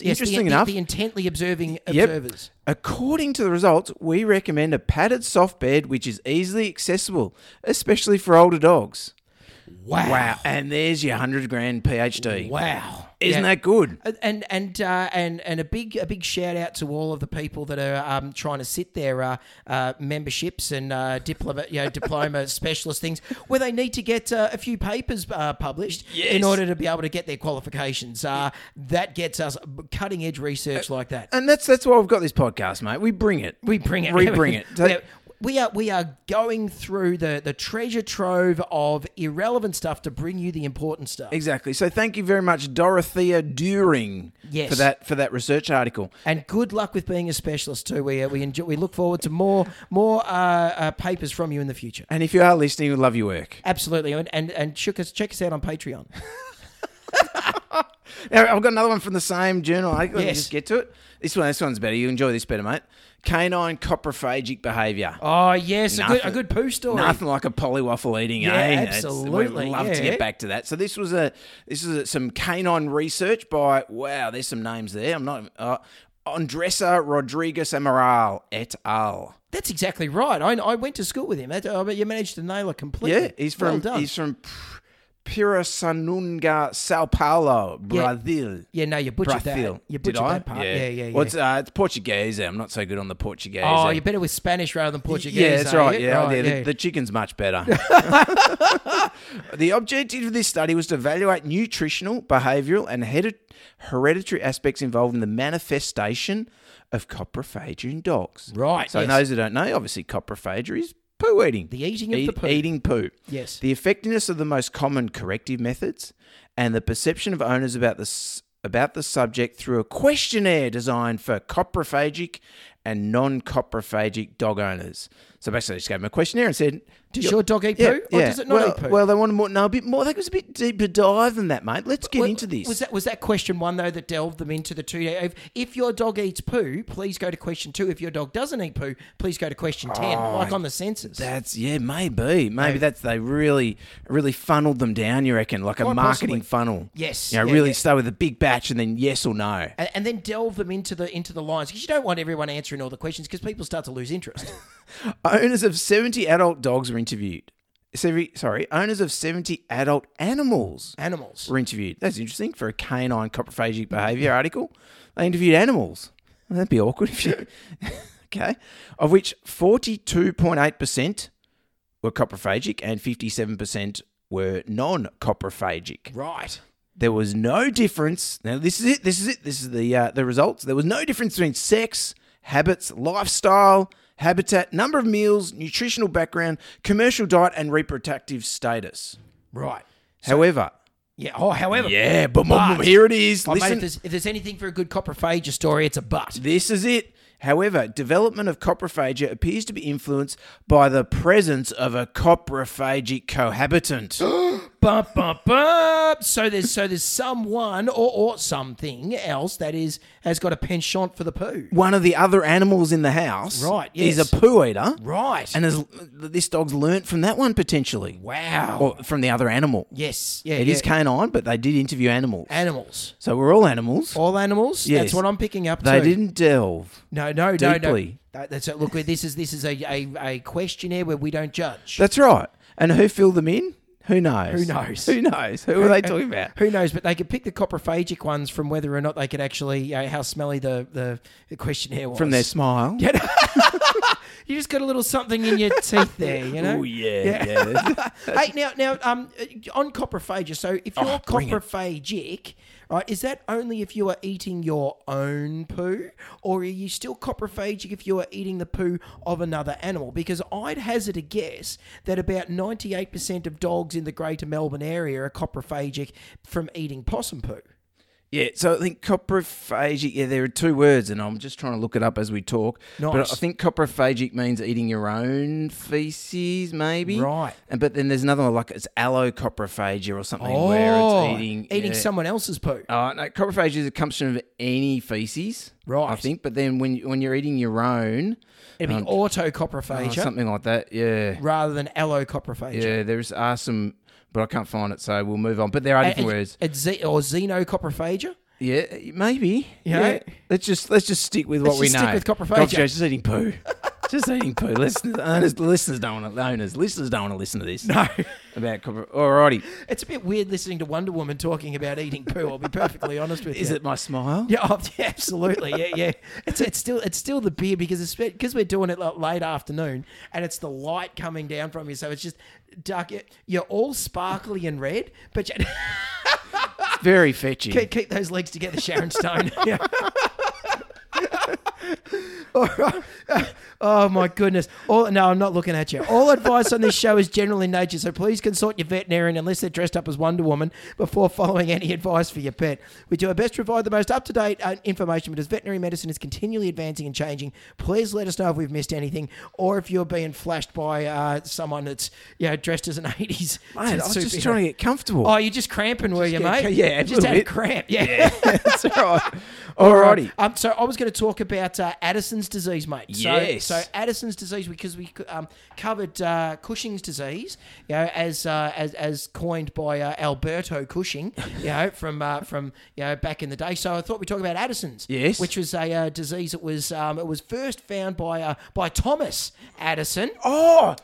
S2: Yes, the-
S3: interesting
S2: the,
S3: enough,
S2: the intently observing
S3: Yep.
S2: observers.
S3: according to the results, we recommend a padded soft bed which is easily accessible, especially for older dogs.
S2: Wow.
S3: And there's your hundred grand PhD.
S2: Wow.
S3: Isn't
S2: Yeah.
S3: that good?
S2: and and uh, and and a big a big shout out to all of the people that are um, trying to sit their uh, uh, memberships and uh, diploma you know,
S3: *laughs*
S2: diploma specialist things where they need to get uh, a few papers uh, published in
S3: Yes.
S2: order to be able to get their qualifications. Uh, that gets us cutting edge research like that.
S3: And that's that's why we've got this podcast, mate. We bring it.
S2: We bring it.
S3: We
S2: *laughs*
S3: bring it.
S2: Yeah. We are we are going through the, the treasure trove of irrelevant stuff to bring you the important stuff.
S3: Exactly. So thank you very much, Dorothea During,
S2: Yes.
S3: for that for that research article.
S2: And good luck with being a specialist too. We uh, we enjoy, we look forward to more more uh, uh, papers from you in the future.
S3: And if you are listening, we love your work.
S2: Absolutely, and and, and check us check us out on Patreon.
S3: Now, I've got another one from the same journal. I Let me
S2: Yes.
S3: just get to it. This one, this one's better. You enjoy this better, mate. Canine coprophagic behaviously
S2: *laughs* Oh yes, a good a
S3: Nothing.
S2: good poo story.
S3: Nothing like a polywaffle eating,
S2: Yeah,
S3: eh? It's-
S2: absolutely,
S3: We'd love to
S2: yeah.
S3: get back to that. So this was a this is a, some canine research by wow. There's some names there. I'm not uh, Andressa Rodriguez Amaral et al.
S2: That's exactly right. I, I went to school with him. That, uh, but you managed to nail it completely.
S3: Yeah, he's
S2: Well
S3: from
S2: done.
S3: he's from P- Pirassununga, Sao Paulo, Brazil.
S2: yeah, no, you butchered
S3: Brazil.
S2: that. You butchered that part. Yeah, yeah, yeah.
S3: Well, it's, uh, it's Portuguese. I'm not so good on the Portuguese.
S2: oh,
S3: eh?
S2: you're better with Spanish rather than Portuguese.
S3: Yeah, that's
S2: are
S3: right.
S2: you?
S3: Yeah, oh, yeah,
S2: yeah.
S3: The, the chicken's much
S2: *laughs*
S3: better. *laughs* the objective of this study was to evaluate nutritional, behavioural, and hedi- hereditary aspects involved in the manifestation of coprophagia in dogs.
S2: Right,
S3: So,
S2: yes.
S3: those who don't know, obviously, coprophagia is poo eating.
S2: The eating of the poo.
S3: Eating poo.
S2: Yes.
S3: The effectiveness of the most common corrective methods and the perception of owners about the s- about the subject through a questionnaire designed for coprophagic and non-coprophagic dog owners. So basically, I just gave them a questionnaire and said,
S2: Does your dog eat poo, or does it not
S3: well,
S2: eat poo?
S3: Well, they wanted more. No, a bit more. That was a bit deeper dive than that, mate. Let's get
S2: Well,
S3: into this.
S2: Was that was that question one though that delved them into the two? If, if your dog eats poo, please go to question two. If your dog doesn't eat poo, please go to question ten.
S3: Oh,
S2: like on the census.
S3: That's yeah, maybe, maybe that's they really, really funneled them down. You reckon, like a
S2: Quite
S3: marketing
S2: possibly.
S3: funnel?
S2: Yes,
S3: You know,
S2: yeah,
S3: really
S2: yeah.
S3: start with a big batch and then yes or no.
S2: and, and then delve them into the into the lines because you don't want everyone answering all the questions because people start to lose interest.
S3: *laughs* Owners of seventy adult dogs were interviewed. Sorry, sorry, owners of seventy adult animals
S2: Animals.
S3: were interviewed. That's interesting for a canine coprophagic behaviour article. They interviewed animals. Well, that'd be awkward if you. *laughs* okay. Of which 42.8% were coprophagic and 57% were non coprophagic.
S2: Right.
S3: There was no difference. Now, this is it. This is it. This is the, uh, the results. There was no difference between sex, habits, lifestyle, habitat, number of meals, nutritional background, commercial diet, and reproductive status.
S2: Right.
S3: However,
S2: Yeah. Oh, however.
S3: yeah, but, mum,
S2: But-
S3: here it is.
S2: Oh, mate,
S3: Listen,
S2: if, there's, if there's anything for a good coprophagia story, it's a butt.
S3: this is it. However, development of coprophagia appears to be influenced by the presence of a coprophagic cohabitant.
S2: *gasps* Bum, bum, bum. So there's so there's someone or, or something else that is has got a penchant for the poo.
S3: One of the other animals in the house
S2: Right, yes.
S3: is a poo eater.
S2: Right.
S3: And has, this dog's learnt from that one potentially.
S2: Wow.
S3: Or from the other animal.
S2: yes. Yeah.
S3: It
S2: yeah.
S3: is canine, but they did interview animals.
S2: animals.
S3: so we're all animals.
S2: All animals.
S3: Yes.
S2: That's what I'm picking up.
S3: they
S2: too.
S3: didn't delve.
S2: No. No. No. No.
S3: Deeply.
S2: That- That's it. Look, this is this is a, a, a questionnaire where we don't judge.
S3: That's right. And who filled them in? Who
S2: Who
S3: knows?
S2: knows?
S3: Who knows? Who are they talking about?
S2: *laughs* Who knows? But they could pick the coprophagic ones from whether or not they could actually uh, how smelly the, the questionnaire was
S3: From their smile.
S2: You just got a little something in your teeth there.
S3: *laughs*
S2: You *laughs* know.
S3: Oh yeah, yeah.
S2: *laughs* hey, now, now, um, on coprophagia. So, if you're
S3: Oh, bring it.
S2: coprophagic, right, is that only if you are eating your own poo, or are you still coprophagic if you are eating the poo of another animal? Because I'd hazard a guess that about ninety-eight percent of dogs in the Greater Melbourne area are coprophagic from eating possum poo.
S3: Yeah, so I think coprophagic. Yeah, there are two words, and I'm just trying to look it up as we talk. But
S2: Nice.
S3: I think coprophagic means eating your own feces, maybe.
S2: Right.
S3: And but then there's another one like it's allocoprophagia or something where
S2: Oh,
S3: it's eating
S2: eating
S3: yeah.
S2: someone else's poo.
S3: Uh, no, coprophagia is a consumption of any feces. I
S2: Right.
S3: think, but then when when you're eating your own,
S2: It'd
S3: um,
S2: be
S3: uh,
S2: autocoprophagia
S3: something like that. Yeah.
S2: rather than allocoprophagia.
S3: Yeah. There's are some, but I can't find it, so we'll move on. But there are
S2: A-
S3: different
S2: a-
S3: words.
S2: a ze- or xenocoprophagia.
S3: Yeah, maybe.
S2: You know?
S3: Let's just let's just stick with
S2: Let's
S3: what we
S2: just
S3: know.
S2: stick with coprophagia.
S3: Coprophagia's just eating poo. *laughs* just eating poo. Listeners, owners, listeners don't want to owners. Listeners don't want to listen to this. No. About copro. Alrighty.
S2: It's a bit weird listening to Wonder Woman talking about eating poo. I'll be perfectly honest with you.
S3: Is it my smile?
S2: Yeah, oh, *laughs* yeah, absolutely. Yeah, yeah. It's it's still it's still the beer because it's because we're doing it like late afternoon and it's the light coming down from you, so it's just dark. You're all sparkly and red, but you
S3: Very fetchy.
S2: keep, keep those legs together, Sharon
S3: *laughs*
S2: Stone. Yeah. All right. Oh my goodness! All, no, I'm not looking at you. All advice on this show is general in nature, so please consult your veterinarian unless they're dressed up as Wonder Woman before following any advice for your pet. We do our best to provide the most up-to-date uh, information, but as veterinary medicine is continually advancing and changing, please let us know if we've missed anything or if you're being flashed by uh, someone that's you know, dressed as an '80s.
S3: Mate, I was just
S2: superhero.
S3: trying to get comfortable.
S2: Oh, you're just cramping, were you,
S3: get-
S2: mate?
S3: yeah, a
S2: just
S3: little
S2: had
S3: bit.
S2: a cramp. Yeah. *laughs*
S3: *laughs* That's alright. Alrighty.
S2: Um, so I was going to talk about uh, Addison's disease, mate. So,
S3: Yes.
S2: So Addison's disease, because we um, covered uh, Cushing's disease, you know, as uh, as as coined by uh, Alberto Cushing, you
S3: *laughs*
S2: know, from uh, from you know back in the day. So I thought we'd talk about Addison's,
S3: Yes.
S2: which was a uh, disease that was um, it was first found by uh, by Thomas Addison.
S3: Oh,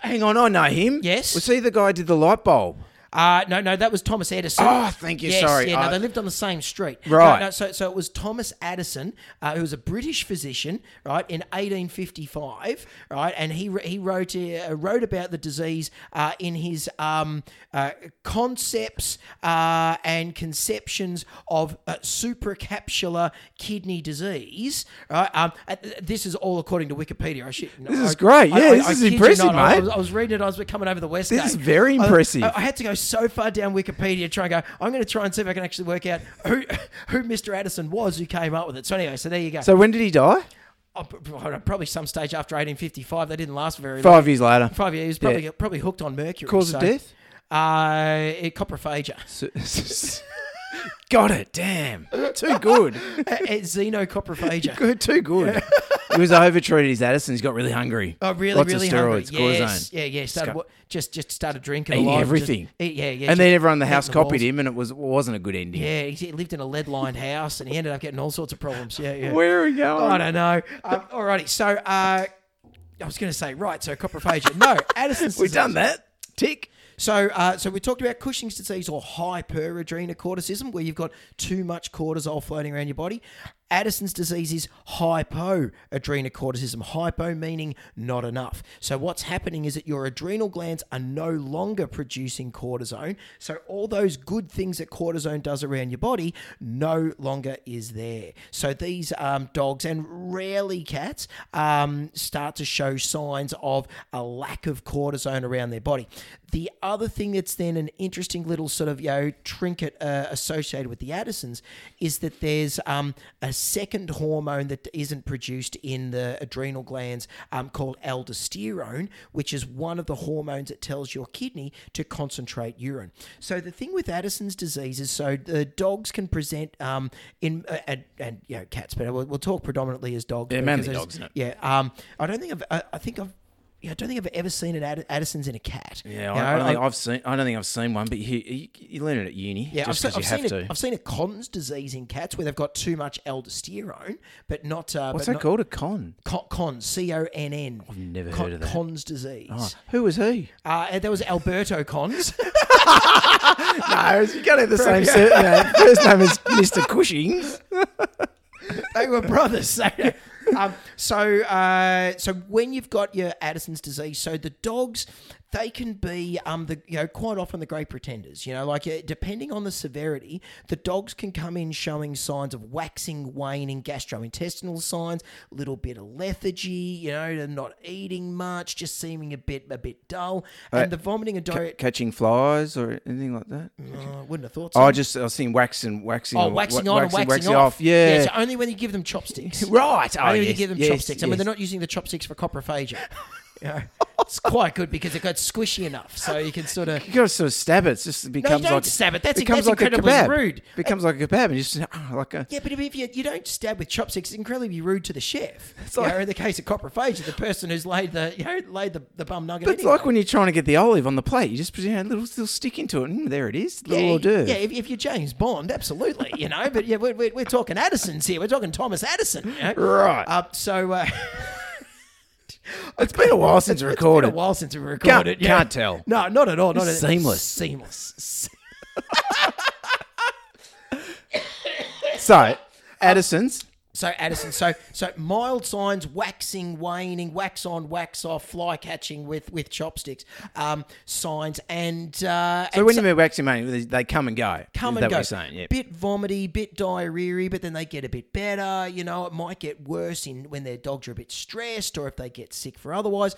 S3: hang on. I know him.
S2: Yes.
S3: Was he the guy who did the light bulb?
S2: Uh, no, no, that was Thomas Edison.
S3: Oh, thank you,
S2: Yes,
S3: sorry.
S2: Yeah, no,
S3: I-
S2: they lived on the same street.
S3: Right.
S2: No, no, so, so it was Thomas Addison, uh, who was a British physician, right, in 1855, right, and he wr- he wrote uh, wrote about the disease uh, in his um, uh, concepts uh, and conceptions of uh, supracapsular kidney disease. Right. Um, uh, this is all according to Wikipedia. I should. This
S3: is great. Yeah, this is impressive, mate.
S2: I was, I was reading it. I was coming over the west.
S3: This
S2: Coast.
S3: is very
S2: I-
S3: impressive.
S2: I, I had to go so far down Wikipedia to try and go. I'm going to try and see if I can *laughs* actually work out who who Mr. Addison was who came up with it. So anyway, so there you go.
S3: So when did he die?
S2: oh, p- p- probably some stage after 1855. They didn't last very long.
S3: Five years later,
S2: Five years. Probably probably hooked on mercury.
S3: cause
S2: so-
S3: of death.
S2: Uh, it, coprophagia.
S3: *laughs* Got it. Damn. Too
S2: *laughs*
S3: good.
S2: it's xenocoprophagia.
S3: good. Too good. he was overtreated his Addison. He's got really hungry.
S2: Oh, really,
S3: Lots
S2: really
S3: of steroids.
S2: hungry. Yes,
S3: Cortisone.
S2: yeah, yeah. Started,
S3: Disgu-
S2: wa- just, just started drinking. a
S3: Eating
S2: lot and
S3: everything.
S2: Just, eat- yeah, yeah.
S3: and
S2: just
S3: then everyone in the
S2: hitting
S3: house copied
S2: walls.
S3: him, and it was wasn't a good ending.
S2: Yeah, he he lived in a lead-lined house, and he ended up getting all sorts of problems. Yeah, yeah.
S3: Where are we going?
S2: I don't know. Um, alrighty, so uh, I was going to say right. So coprophagia. No, Addison's.
S3: We've
S2: disease.
S3: done that. Tick.
S2: So, uh, so we talked about Cushing's disease or hyperadrenocorticism, where you've got too much cortisol floating around your body. Addison's disease is hypoadrenocorticism. Hypo meaning not enough. So, what's happening is that your adrenal glands are no longer producing cortisone. So, all those good things that cortisone does around your body no longer is there. So, these um, dogs and rarely cats um, start to show signs of a lack of cortisone around their body. The other thing that's then an interesting little sort of you know trinket uh, associated with the Addisons is that there's um, a second hormone that isn't produced in the adrenal glands um, called aldosterone, which is one of the hormones that tells your kidney to concentrate urine. So the thing with Addison's disease is so the dogs can present um, in uh, and, and you know cats, but we'll, we'll talk predominantly as dogs. Yeah,
S3: mainly dogs, isn't it?
S2: Yeah, um, I don't think I've I, I think I've. Yeah, I don't think I've ever seen an Add- Addison's in a cat.
S3: Yeah,
S2: You
S3: I, I
S2: know,
S3: don't think
S2: I-
S3: I've seen. I don't think I've seen one, but you, you, you learn it at uni.
S2: yeah,
S3: just
S2: I've,
S3: because
S2: se- I've
S3: you have
S2: seen
S3: to.
S2: A, I've seen a Conn's disease in cats where they've got too much aldosterone, but not. Uh,
S3: What's
S2: but
S3: that
S2: not,
S3: called? A con?
S2: called? Con, C O N N. I've
S3: never heard of that. Oh.
S2: Conn's disease.
S3: Who was he?
S2: Uh, and there was Alberto
S3: *laughs*
S2: Conn's.
S3: No, you can't have the
S2: *laughs*
S3: same surname. First name is Mr. Cushing's.
S2: they were brothers. So, um, so, uh, so when you've got your Addison's disease, so the dogs, they can be, um, the you know, quite often the great pretenders. You know, like uh, depending on the severity, the dogs can come in showing signs of waxing, waning, gastrointestinal signs, little bit of lethargy. You know, they're not eating much, just seeming a bit, a bit dull, and the vomiting and diarrhea.
S3: Catching flies or anything like that.
S2: Oh, I wouldn't have thought so.
S3: Oh, I just I was seeing waxing, waxing,
S2: Oh,
S3: on,
S2: waxing
S3: wa-
S2: on and waxing, off.
S3: Yeah.
S2: so only when you give them *laughs* chopsticks.
S3: right. Oh,
S2: I don't even
S3: yes,
S2: give them
S3: yes,
S2: chopsticks. I mean,
S3: yes.
S2: they're not using the chopsticks for *laughs* coprophagia. You know, it's quite good because it got squishy enough, so you can sort of.
S3: You gotta sort of stab it. It's just it
S2: No, you
S3: becomes
S2: don't
S3: like
S2: stab it. That's,
S3: becomes
S2: that's
S3: like
S2: incredibly
S3: a kebab.
S2: rude.
S3: Becomes like a kebab, and you just ah, like a
S2: *laughs* Yeah, but if you, you don't stab with chopsticks, it's incredibly rude to the chef. you
S3: like-
S2: know, in the case of coprophagia, the person who's laid the you know laid the, the bum nugget.
S3: But it's
S2: anyway.
S3: like when you're trying to get the olive on the plate, you just put you know, a little, little stick into it, and there it is, little hors
S2: yeah,
S3: d'oeuvre.
S2: yeah, if, if you're James Bond, absolutely, you know. But yeah, we're, we're, we're talking Addison's here. We're talking Thomas *laughs* Addison, you know?
S3: Right.
S2: Uh, so uh, *laughs*
S3: it's been a while since I
S2: It's
S3: recorded.
S2: been a while since we recorded.
S3: Can't-
S2: yeah. *laughs*
S3: can't tell.
S2: No, not at all. Not
S3: It's
S2: at all.
S3: seamless.
S2: Seamless.
S3: So, Addison's.
S2: So Addison, so so mild signs, waxing, waning, wax on, wax off, fly catching with with chopsticks, um, signs, and uh,
S3: So
S2: and
S3: when you mean waxing, mate, they- they come and go.
S2: come
S3: is
S2: and
S3: that
S2: go.
S3: What you're saying, yeah.
S2: Bit vomity, bit diarrhea, but then they get a bit better. You know, it might get worse in when their dogs are a bit stressed or if they get sick for otherwise.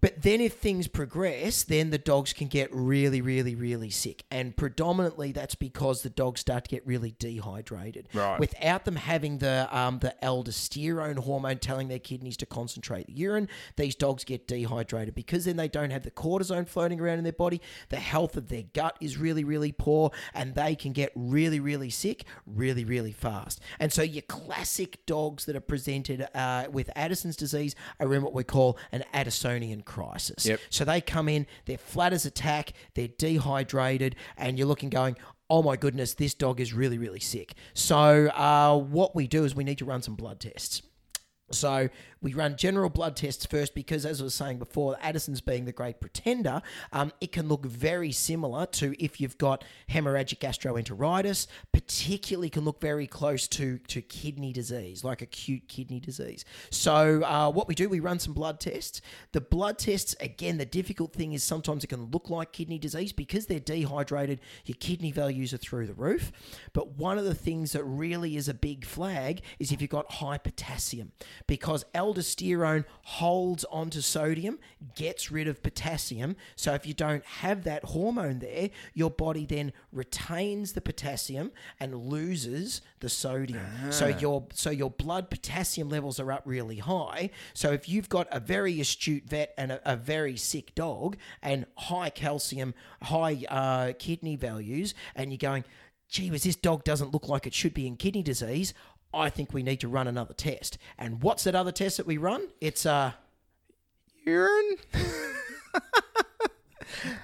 S2: But then if things progress, then the dogs can get really, really, really sick. And predominantly that's because the dogs start to get really dehydrated.
S3: Right.
S2: Without them having the um, the aldosterone hormone telling their kidneys to concentrate the urine, these dogs get dehydrated because then they don't have the cortisone floating around in their body. The health of their gut is really, really poor, and they can get really, really sick really, really fast. And so your classic dogs that are presented uh, with Addison's disease are in what we call an Addisonian crisis.
S3: Yep.
S2: So they come in, they're flat as a tack, they're dehydrated, and you're looking going, oh my goodness, this dog is really, really sick. So uh, what we do is we need to run some blood tests. So we run general blood tests first because, as I was saying before, Addison's being the great pretender, um, it can look very similar to if you've got hemorrhagic gastroenteritis. Particularly, can look very close to to kidney disease, like acute kidney disease. So uh, what we do, we run some blood tests. The blood tests, again, the difficult thing is sometimes it can look like kidney disease because they're dehydrated. Your kidney values are through the roof. But one of the things that really is a big flag is if you've got high potassium, because L aldosterone holds onto sodium, gets rid of potassium. So if you don't have that hormone there, your body then retains the potassium and loses the sodium. So
S3: Ah.
S2: your so your blood potassium levels are up really high. So if you've got a very astute vet and a, a very sick dog and high calcium, high uh, kidney values, and you're going, gee, whiz, this dog doesn't look like it should be in kidney disease. I think we need to run another test. And what's that other test that we run? It's uh
S3: Urine? *laughs*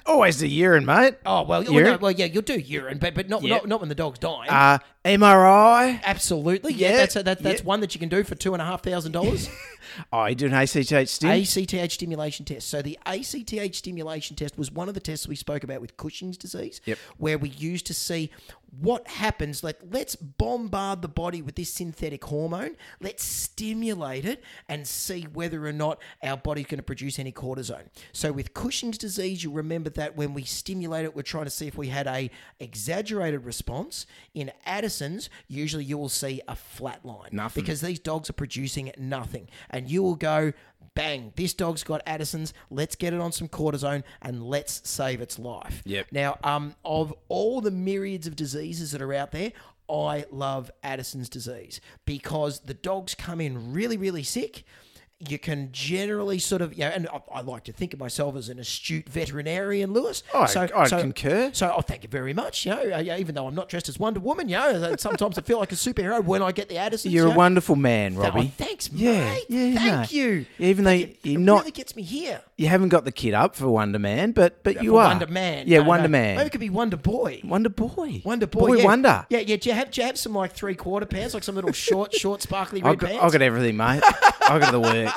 S3: Always the urine, mate.
S2: oh well, well, no,
S3: Urine?
S2: well yeah, you'll do urine, but but not not, not when the dog's dying.
S3: Uh, MRI?
S2: Absolutely, yeah,
S3: yeah,
S2: that's a, that, that's
S3: yeah.
S2: one that you can do for two and a half thousand dollars.
S3: Oh, you do an ACTH stim?
S2: ACTH stimulation test. So the ACTH stimulation test was one of the tests we spoke about with Cushing's disease,
S3: Yep.
S2: where we used to see what happens. Like, let's bombard the body with this synthetic hormone. Let's stimulate it and see whether or not our body's going to produce any cortisone. So with Cushing's disease, you remember that when we stimulate it, we're trying to see if we had a exaggerated response. In Addison's, usually you will see a flat line
S3: Nothing.
S2: because these dogs are producing nothing. And you will go, bang, this dog's got Addison's. Let's get it on some cortisone and let's save its life.
S3: Yep.
S2: Now, um, of all the myriads of diseases that are out there, I love Addison's disease because the dogs come in really, really sick. You can generally sort of, you know, and I, I like to think of myself as an astute veterinarian, Lewis.
S3: I- I concur.
S2: So, oh, thank you very much. You know, uh, yeah, even though I'm not dressed as Wonder Woman, you know, that sometimes I feel like a superhero when I get the Addison's.
S3: You're
S2: you
S3: a
S2: know.
S3: wonderful man,
S2: Th- oh,
S3: Robbie.
S2: thanks,
S3: Yeah,
S2: mate.
S3: yeah, you
S2: Thank
S3: know.
S2: you.
S3: Even though
S2: Thank you.
S3: you're
S2: it
S3: not-
S2: really gets me here.
S3: You haven't got the kid up for Wonder Man, but but you
S2: For
S3: are
S2: Wonder Man.
S3: Yeah,
S2: No,
S3: Wonder
S2: no.
S3: Man.
S2: Maybe it could be Wonder Boy.
S3: Wonder Boy.
S2: Wonder Boy. yeah.
S3: Wonder.
S2: Yeah, yeah. Do you have do you have some like three quarter pants, like some little short, short, sparkly red
S3: I've got,
S2: pants?
S3: I've got everything, mate. I've got
S2: *laughs*
S3: the works.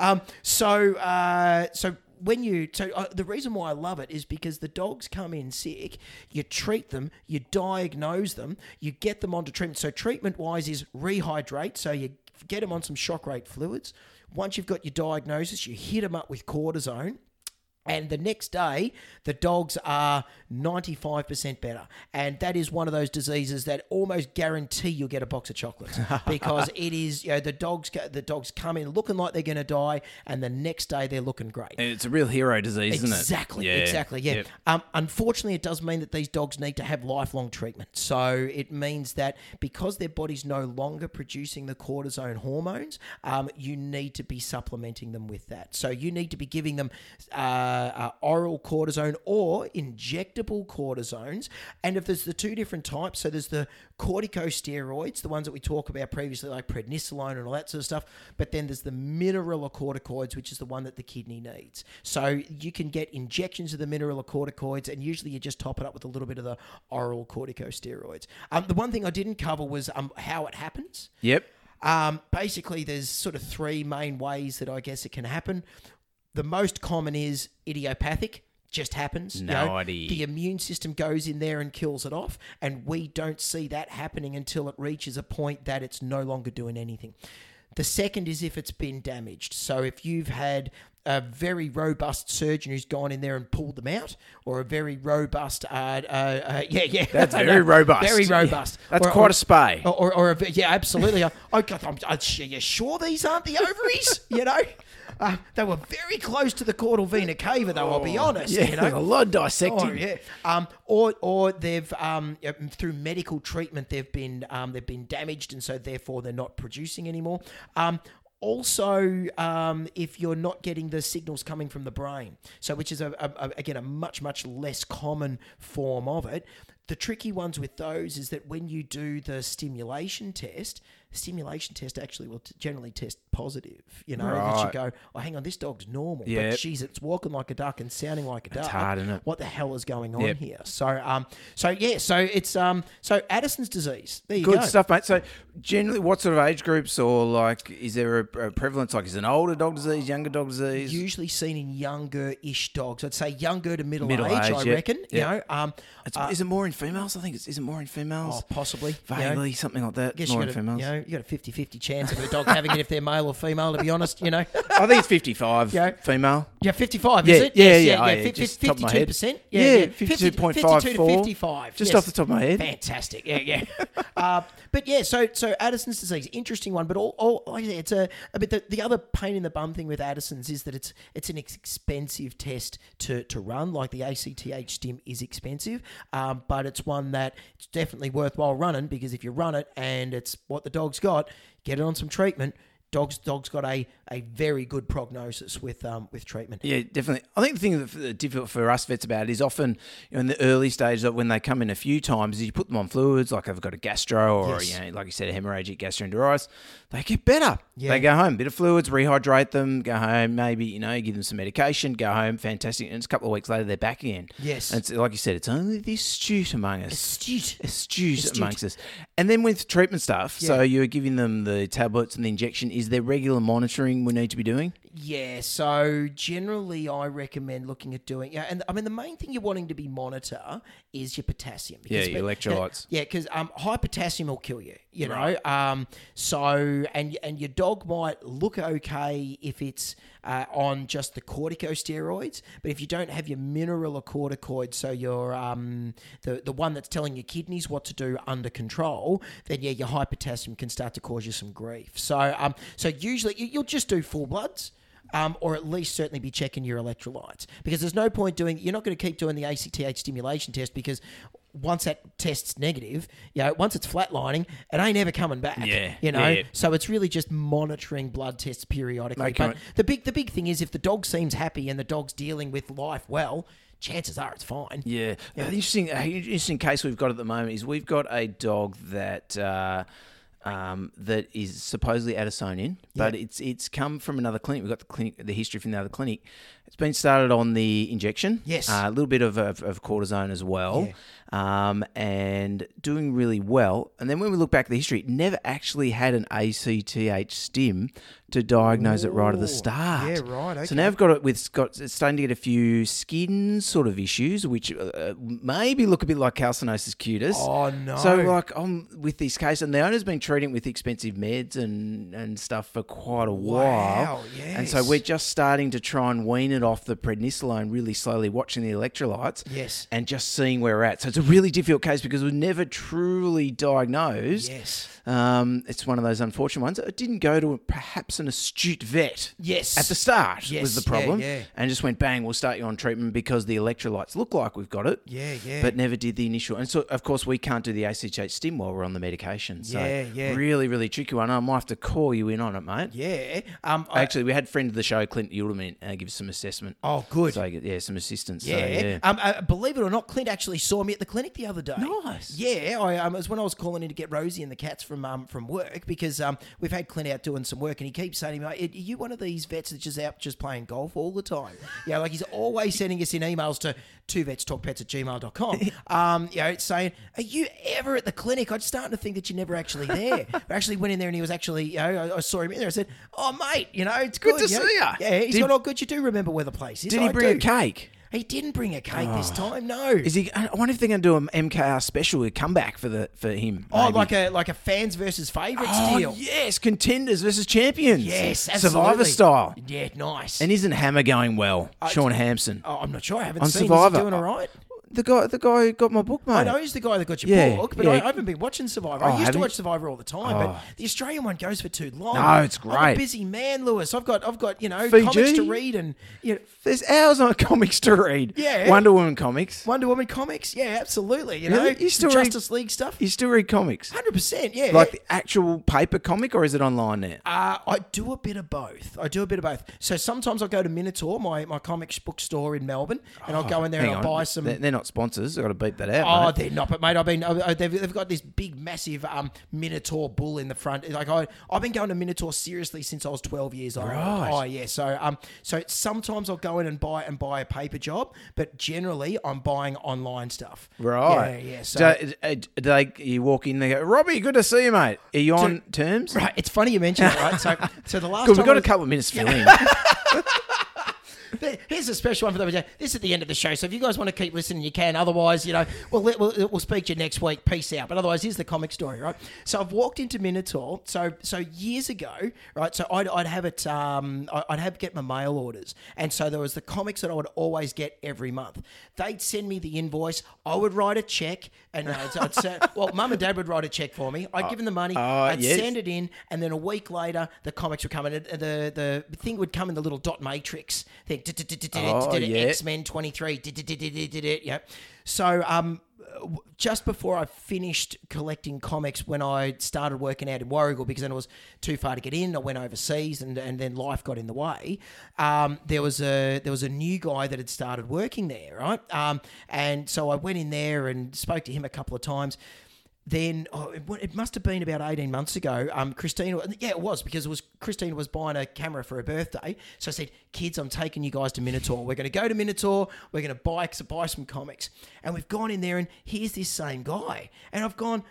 S2: Um, so, uh, so when you, so uh, the reason why I love it is because the dogs come in sick, you treat them, you diagnose them, you get them onto treatment. So treatment wise is rehydrate. So you get them on some shock rate fluids. Once you've got your diagnosis, you hit them up with cortisone. And the next day, the dogs are 95% better. And that is one of those diseases that almost guarantee you'll get a box of chocolates because it is, you know, the dogs, go- the dogs come in looking like they're going to die, and the next day they're looking great.
S3: It's a real hero disease, isn't it?
S2: Exactly,
S3: Yeah.
S2: exactly. Yeah.
S3: Yep.
S2: Um, unfortunately, it does mean that these dogs need to have lifelong treatment. So it means that because their body's no longer producing the cortisone hormones, um, you need to be supplementing them with that. So you need to be giving them uh, uh, oral cortisone or injectable cortisones. And if there's the two different types, so there's the corticosteroids, the ones that we talked about previously, like prednisolone and all that sort of stuff. But then there's the mineralocorticoids, which is the one that the kidney needs. So you can get injections of the mineralocorticoids, and usually you just top it up with a little bit of the oral corticosteroids. Um, the one thing I didn't cover was um, how it happens.
S3: Yep.
S2: Um, basically, there's sort of three main ways that I guess it can happen. The most common is idiopathic, just happens. you know.
S3: Naughty.
S2: The immune system goes in there and kills it off, and we don't see that happening until it reaches a point that it's no longer doing anything. The second is if it's been damaged. So if you've had a very robust surgeon who's gone in there and pulled them out, or a very robust, uh, uh, uh, yeah, yeah,
S3: That's
S2: *laughs* I
S3: very
S2: know.
S3: robust.
S2: very
S3: Yeah.
S2: robust.
S3: That's
S2: Or-
S3: quite
S2: or-
S3: a spay.
S2: Oh, or, or, or a, ve- yeah, absolutely. I, I, got- I'm, I, are you sure these aren't the ovaries? you know, uh, they were very close to the caudal vena cava, though. I'll be honest.
S3: Oh, Yeah,
S2: you know,
S3: *laughs* a lot of dissecting.
S2: Oh, yeah. Um, or or they've um, yeah, through medical treatment they've been um, they've been damaged and so therefore they're not producing anymore. Um, also, um, if you're not getting the signals coming from the brain, so which is a, a, a- again a much much less common form of it. The tricky ones with those is that when you do the stimulation test, stimulation test actually will t- generally test positive. You know, that you
S3: Right.
S2: go, oh, hang on, this dog's normal,
S3: Yep.
S2: but she's it's walking like a duck and sounding like a duck.
S3: hard, isn't it?
S2: What the hell is going on
S3: Yep.
S2: here? So, um, so yeah, so it's um, so Addison's disease. There you
S3: Good
S2: go.
S3: stuff, mate. So, generally, what sort of age groups or like, is there a, a prevalence? Like, is it an older dog disease, younger dog disease?
S2: Usually seen in younger-ish dogs. I'd say younger to middle,
S3: Middle
S2: age,
S3: age,
S2: I
S3: yep,
S2: reckon. You know,
S3: yep.
S2: um,
S3: It's- is it more in females? I think it's is it more in females?
S2: oh, possibly you know.
S3: Vaguely, something like that.
S2: Guess
S3: more
S2: you
S3: in
S2: got, a, you,
S3: females.
S2: know, you got a 50-50 chance of a dog having it if they're male or female, to be honest, you know. *laughs*
S3: I think it's fifty-five
S2: Yeah.
S3: female.
S2: Yeah, 55,
S3: Yeah,
S2: is it?
S3: yeah,
S2: Yes,
S3: yeah, oh,
S2: yeah,
S3: yeah, just top of my head.
S2: 52%.
S3: Yeah,
S2: 52
S3: 52.54.
S2: 52 to 55.
S3: Just
S2: yes.
S3: off the top of my head.
S2: Fantastic. Yeah, yeah. *laughs* uh, but yeah, so so Addison's disease, interesting one, but all, all like I say, it's a, a bit the, the other pain in the bum thing with Addison's is that it's it's an expensive test to, to run. Like the ACTH stim is expensive, um, but it's one that it's definitely worthwhile running because if you run it and it's what the dog's got, get it on some treatment. Dogs, dogs got a, a very good prognosis with um, with treatment.
S3: Yeah, definitely. I think the thing that's difficult for us vets about it is often you know, in the early stages of when they come in a few times, is you put them on fluids, like I've got a gastro or,
S2: Yes.
S3: you know, like you said, a hemorrhagic gastroenteritis, they get better.
S2: Yeah.
S3: They go home, bit of fluids, rehydrate them, go home, maybe, you know, give them some medication, go home, fantastic. And it's a couple of weeks later, they're back again.
S2: Yes.
S3: And it's, like you said, it's only the astute among us
S2: Astute.
S3: astute,
S2: Astute.
S3: amongst us. And then with treatment stuff, so
S2: Yeah.
S3: you're giving them the tablets and the injection. Is there regular monitoring we need to be doing?
S2: Yeah, so generally I recommend looking at doing yeah, and I mean the main thing you're wanting to be monitor is your potassium.
S3: Yeah, your electrolytes.
S2: Yeah, because um, high potassium will kill you. You know, um, so and and your dog might look okay if it's uh, on just the corticosteroids, but if you don't have your mineral or corticoid, so your um, the the one that's telling your kidneys what to do under control, then yeah, your high potassium can start to cause you some grief. So um, so usually you, you'll just do full bloods um, or at least certainly be checking your electrolytes because there's no point doing you're not going to keep doing the ACTH stimulation test because once that test's negative, you know, once it's flatlining, it ain't ever coming back.
S3: Yeah,
S2: You know,
S3: yeah, yeah.
S2: so it's really just monitoring blood tests periodically.
S3: Okay.
S2: But the big the big thing is if the dog seems happy and the dog's dealing with life well, chances are it's fine.
S3: Yeah.
S2: Uh,
S3: An interesting, an interesting case we've got at the moment is we've got a dog that. Uh, um, that is supposedly Addisonian, but it's it's come from another clinic. We've got the clinic, the history from the other clinic. It's been started on the injection,
S2: Yes.
S3: uh, a little bit of, of, of cortisone as well, um, and doing really well. And then when we look back at the history, it never actually had an ACTH stim to diagnose it right at the
S2: Ooh.
S3: start.
S2: Yeah, right,
S3: So now I've got it with got it's starting to get a few skin sort of issues, which uh, maybe look a bit like calcinosis cutis.
S2: Oh, no.
S3: So like I'm with this case, and the owner's been treating it with expensive meds and and stuff for quite a
S2: Wow,
S3: while. And so
S2: yes.
S3: we're just starting to try and wean it off the prednisolone really slowly, watching the electrolytes.
S2: Yes.
S3: And just seeing where we're at. So it's a really difficult case because we're never truly diagnosed.
S2: Yes.
S3: Um, it's one of those unfortunate ones. It didn't go to perhaps an astute vet.
S2: Yes.
S3: At the start
S2: Yes,
S3: was the
S2: yeah,
S3: problem.
S2: yeah.
S3: And just went bang, we'll start you on treatment because the electrolytes look like we've got it.
S2: Yeah, yeah.
S3: But never did the initial. And so, of course, we can't do the ACH stim while we're on the medication. So
S2: Yeah, yeah.
S3: really, really tricky one. I might have to call you in on it, mate.
S2: Yeah. Um I-
S3: Actually, we had friend of the show, Clint Udelman, uh, give us some assessment.
S2: Oh, good.
S3: So, yeah, some assistance. So,
S2: Yeah.
S3: yeah.
S2: Um, uh, believe it or not, Clint actually saw me at the clinic the other day.
S3: Nice.
S2: Yeah, I, um, it was when I was calling in to get Rosie and the cats from um, from work because um, we've had Clint out doing some work and he keeps saying to me, "Are you one of these vets that's just out just playing golf all the time? Yeah, like he's always sending us in emails to two vets talk pets at
S3: *laughs*
S2: gmail.com. Um, you know, it's saying, Are you ever at the clinic? I'm starting to think that you're never actually
S3: *laughs*
S2: there. I actually went in there and he was actually, you know, I, I saw him in there. I said, Oh, mate, you know, it's good.
S3: to
S2: you know."
S3: see ya.
S2: Yeah, he's
S3: Did-
S2: got all good. You do remember where the place is.
S3: Did he
S2: I
S3: bring a
S2: do.
S3: cake?
S2: He didn't bring a cake this time. No.
S3: Ah. Is he? I wonder if they're going to do an MKR special, a comeback for the for him.
S2: oh,
S3: maybe.
S2: like a like a fans versus favorites
S3: Oh,
S2: deal.
S3: yes, contenders versus champions.
S2: Yes, absolutely.
S3: Survivor style.
S2: Yeah, nice.
S3: And isn't Hammer going well? Sean Hampson,
S2: oh, I'm not sure. I haven't
S3: On
S2: seen.
S3: Survivor.
S2: Is he doing all right?
S3: the guy, the guy who got my book, mate.
S2: I know he's the guy that got your
S3: Yeah,
S2: book, but
S3: yeah.
S2: I, I haven't been watching Survivor.
S3: Oh,
S2: I used to
S3: have you? Oh.
S2: watch Survivor all the time, but the Australian one goes for too long.
S3: No, it's
S2: I'm
S3: great.
S2: a busy man, Lewis. I've got I've got you know
S3: Fiji?
S2: comics to read and you know,
S3: There's hours on *laughs* comics to read.
S2: Yeah.
S3: Wonder Woman comics.
S2: Wonder Woman comics. Yeah, absolutely. You
S3: Really?
S2: know,
S3: You still read-
S2: Justice League stuff.
S3: You still read comics,
S2: Hundred percent. Yeah,
S3: like the actual paper comic, or is it online now?
S2: Uh, I do a bit of both. I do a bit of both. So sometimes I'll go to Minotaur, my, my comics book store in Melbourne, and I'll go in there and
S3: Oh, Hang
S2: I'll
S3: on.
S2: buy some.
S3: They're, they're not sponsors. I've got to beep that out.
S2: Oh,
S3: mate.
S2: they're not, but mate, I've been I- I- they've, they've got this big, massive um, Minotaur bull in the front. Like I, I've been going to Minotaur seriously since I was twelve years old.
S3: Right.
S2: Oh yeah. So um, so sometimes I'll go in and buy and buy a paper job, but generally I'm buying online stuff.
S3: Right.
S2: Yeah. yeah so *laughs*
S3: Do, uh, do they, you walk in, they go, Robbie, good to see you, mate. Are you on terms?
S2: right, it's funny you mentioned it. Right. So so the last
S3: Good, we've
S2: time *laughs* I
S3: got a
S2: was-
S3: couple of minutes to fill in.
S2: There- Here's a special one for the This is the end of the show. So if you guys want to keep listening, you can. Otherwise, you know, we'll, let- we'll, we'll speak to you next week. Peace out. But otherwise, here's the comic story, right? So I've walked into Minotaur. So so years ago, right? So I'd, I'd have it. Um, I- I'd have get my mail orders, and so there was the comics that I would always get every month. They'd send me the invoice. I would write a check, and uh, I'd, I'd say, *laughs* well, mum and dad would write a check for me. I'd give them the money. I'd
S3: yes.
S2: send it it in, and then a week later, the comics would come in. and The the thing would come in the little dot matrix thing.
S3: Oh, yeah.
S2: X Men twenty three. Yep. So um, w- just before I finished collecting comics, when I started working out in Warrigal, because then it was too far to get in, I went overseas, and and then life got in the way. Um, there was a there was a new guy that had started working there, right? Um, and so I went in there and spoke to him a couple of times then oh, it, wa- it must have been about 18 months ago um, christina yeah it was because it was christina was buying a camera for her birthday so i said kids i'm taking you guys to minotaur we're going to go to minotaur we're going to buy, buy some comics and we've gone in there and here's this same guy and i've gone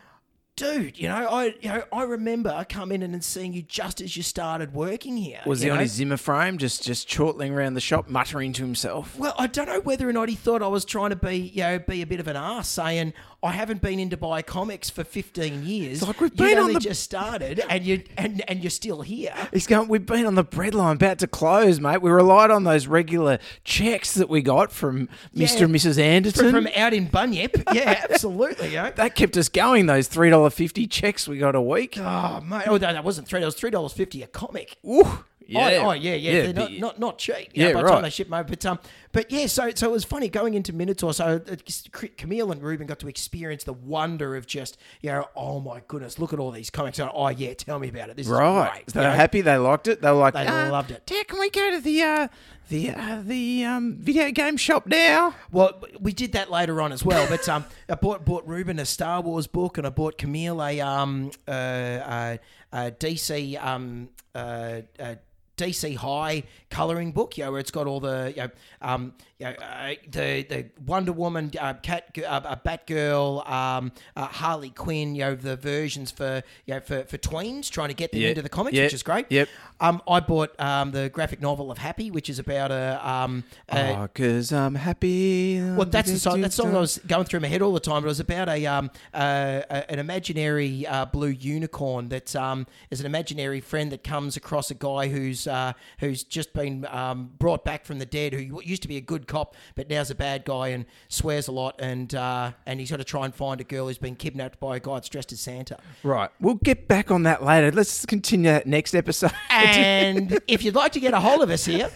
S2: dude you know i you know i remember coming in and seeing you just as you started working here
S3: Was
S2: you
S3: he on
S2: know?
S3: his Zimmer frame, just just chortling around the shop, muttering to himself?
S2: Well, I don't know whether or not he thought I was trying to be, you know, be a bit of an ass, saying I haven't been in Dubai comics for fifteen years.
S3: It's like we've
S2: You
S3: been on
S2: only
S3: the-
S2: just started, and you and and you're still here.
S3: He's going. We've been on the breadline, about to close, mate. We relied on those regular checks that we got from Mr. and Mrs. Anderton.
S2: From, from out in Bunyip, yeah, absolutely. You know?
S3: that kept us going. Those three dollar fifty checks we got a week.
S2: Oh mate, oh no, that wasn't three dollars. Three dollars fifty a comic.
S3: Ooh,
S2: Oh, oh yeah, yeah. They're not,
S3: but-
S2: not not cheap. Yeah,
S3: Yeah,
S2: by the time
S3: right.
S2: they ship 'em over, but um, but yeah. So so it was funny going into Minotaur. So uh, C- Camille and Ruben got to experience the wonder of just you know, oh my goodness, look at all these comics. Oh, oh yeah, tell me about it. This
S3: right.
S2: is great.
S3: They
S2: you
S3: were
S2: know?
S3: happy. They liked it. They were like,
S2: They
S3: "Ah,
S2: loved it."
S3: Dad, can we go to the uh, the uh, the um, video game shop now?
S2: Well, we did that later on as well. But um, I bought bought Ruben a Star Wars book, and I bought Camille a um uh, uh, uh DC um uh. uh DC High coloring book, you know, where it's got all the, you know, um, you know, uh, the the Wonder Woman, uh, Cat, uh, uh, Batgirl, um, uh, Harley Quinn, you know, the versions for, you know, for, for tweens trying to get them
S3: Yeah.
S2: into the comics,
S3: Yeah.
S2: which is great.
S3: Yep.
S2: Um, I bought um, the graphic novel of Happy, which is about a um, a,
S3: Oh, cause I'm happy.
S2: well, that's the song. That song I was going through my head all the time. It was about a um uh, a- an imaginary uh, blue unicorn that um is an imaginary friend that comes across a guy who's uh, who's just been um, brought back from the dead, who used to be a good cop but now's a bad guy and swears a lot, and uh, and he's got to try and find a girl who's been kidnapped by a guy that's dressed as Santa.
S3: Right. We'll get back on that later. Let's continue that next episode. *laughs*
S2: And if you'd like to get a hold of us here,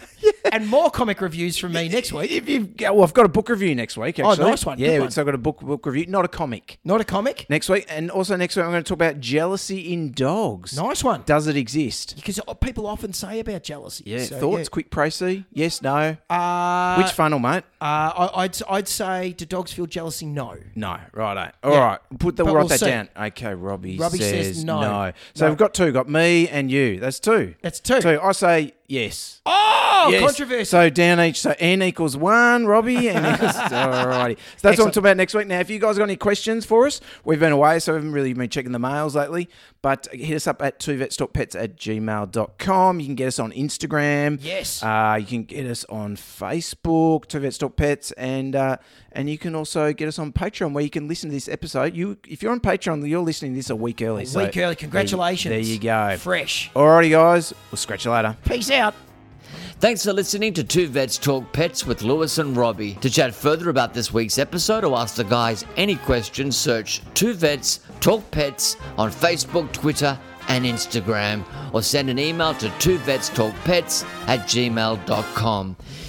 S2: and more comic reviews from me next week.
S3: if you've got, well, I've got a book review next week. Actually.
S2: Oh, nice one. Good
S3: Yeah,
S2: one.
S3: so I've got a book book review, not a comic.
S2: Not a comic.
S3: Next week, and also next week, I'm going to talk about jealousy in dogs.
S2: Nice one.
S3: Does it exist?
S2: Because people often say about jealousy.
S3: Yeah.
S2: So,
S3: Thoughts? Quick, Precy? Yes, no.
S2: Uh,
S3: Which funnel, mate?
S2: Uh, I, I'd I'd say do dogs feel jealousy? No.
S3: No, right. All right,
S2: Yeah.
S3: put the
S2: But
S3: write
S2: we'll
S3: that
S2: see.
S3: down. Okay, Robbie,
S2: Robbie says
S3: says,
S2: no.
S3: no. So
S2: No.
S3: we've got two. Got me and you. That's two.
S2: That's two.
S3: Two. I say yes.
S2: Oh,
S3: Yes.
S2: controversy.
S3: So down each. So n equals one. Robbie and
S2: *laughs*
S3: all righty. So that's what I'm
S2: Excellent.
S3: talking about next week. Now, if you guys got any questions for us, we've been away, so we haven't really been checking the mails lately. But hit us up at two pets at gmail.com. You can get us on Instagram.
S2: Yes.
S3: Uh, you can get us on Facebook, Two Vets Talk Pets, and uh, and you can also get us on Patreon, where you can listen to this episode. You, if you're on Patreon, you're listening to this a week early. so
S2: Week early. Congratulations.
S3: There, there you go.
S2: Fresh.
S3: Alrighty, guys. We'll scratch you later.
S2: Peace out.
S1: Thanks for listening to Two Vets Talk Pets with Lewis and Robbie. To chat further about this week's episode or ask the guys any questions, search Two Vets Talk Pets on Facebook, Twitter, and Instagram, or send an email to twovetstalkpets at gmail.com.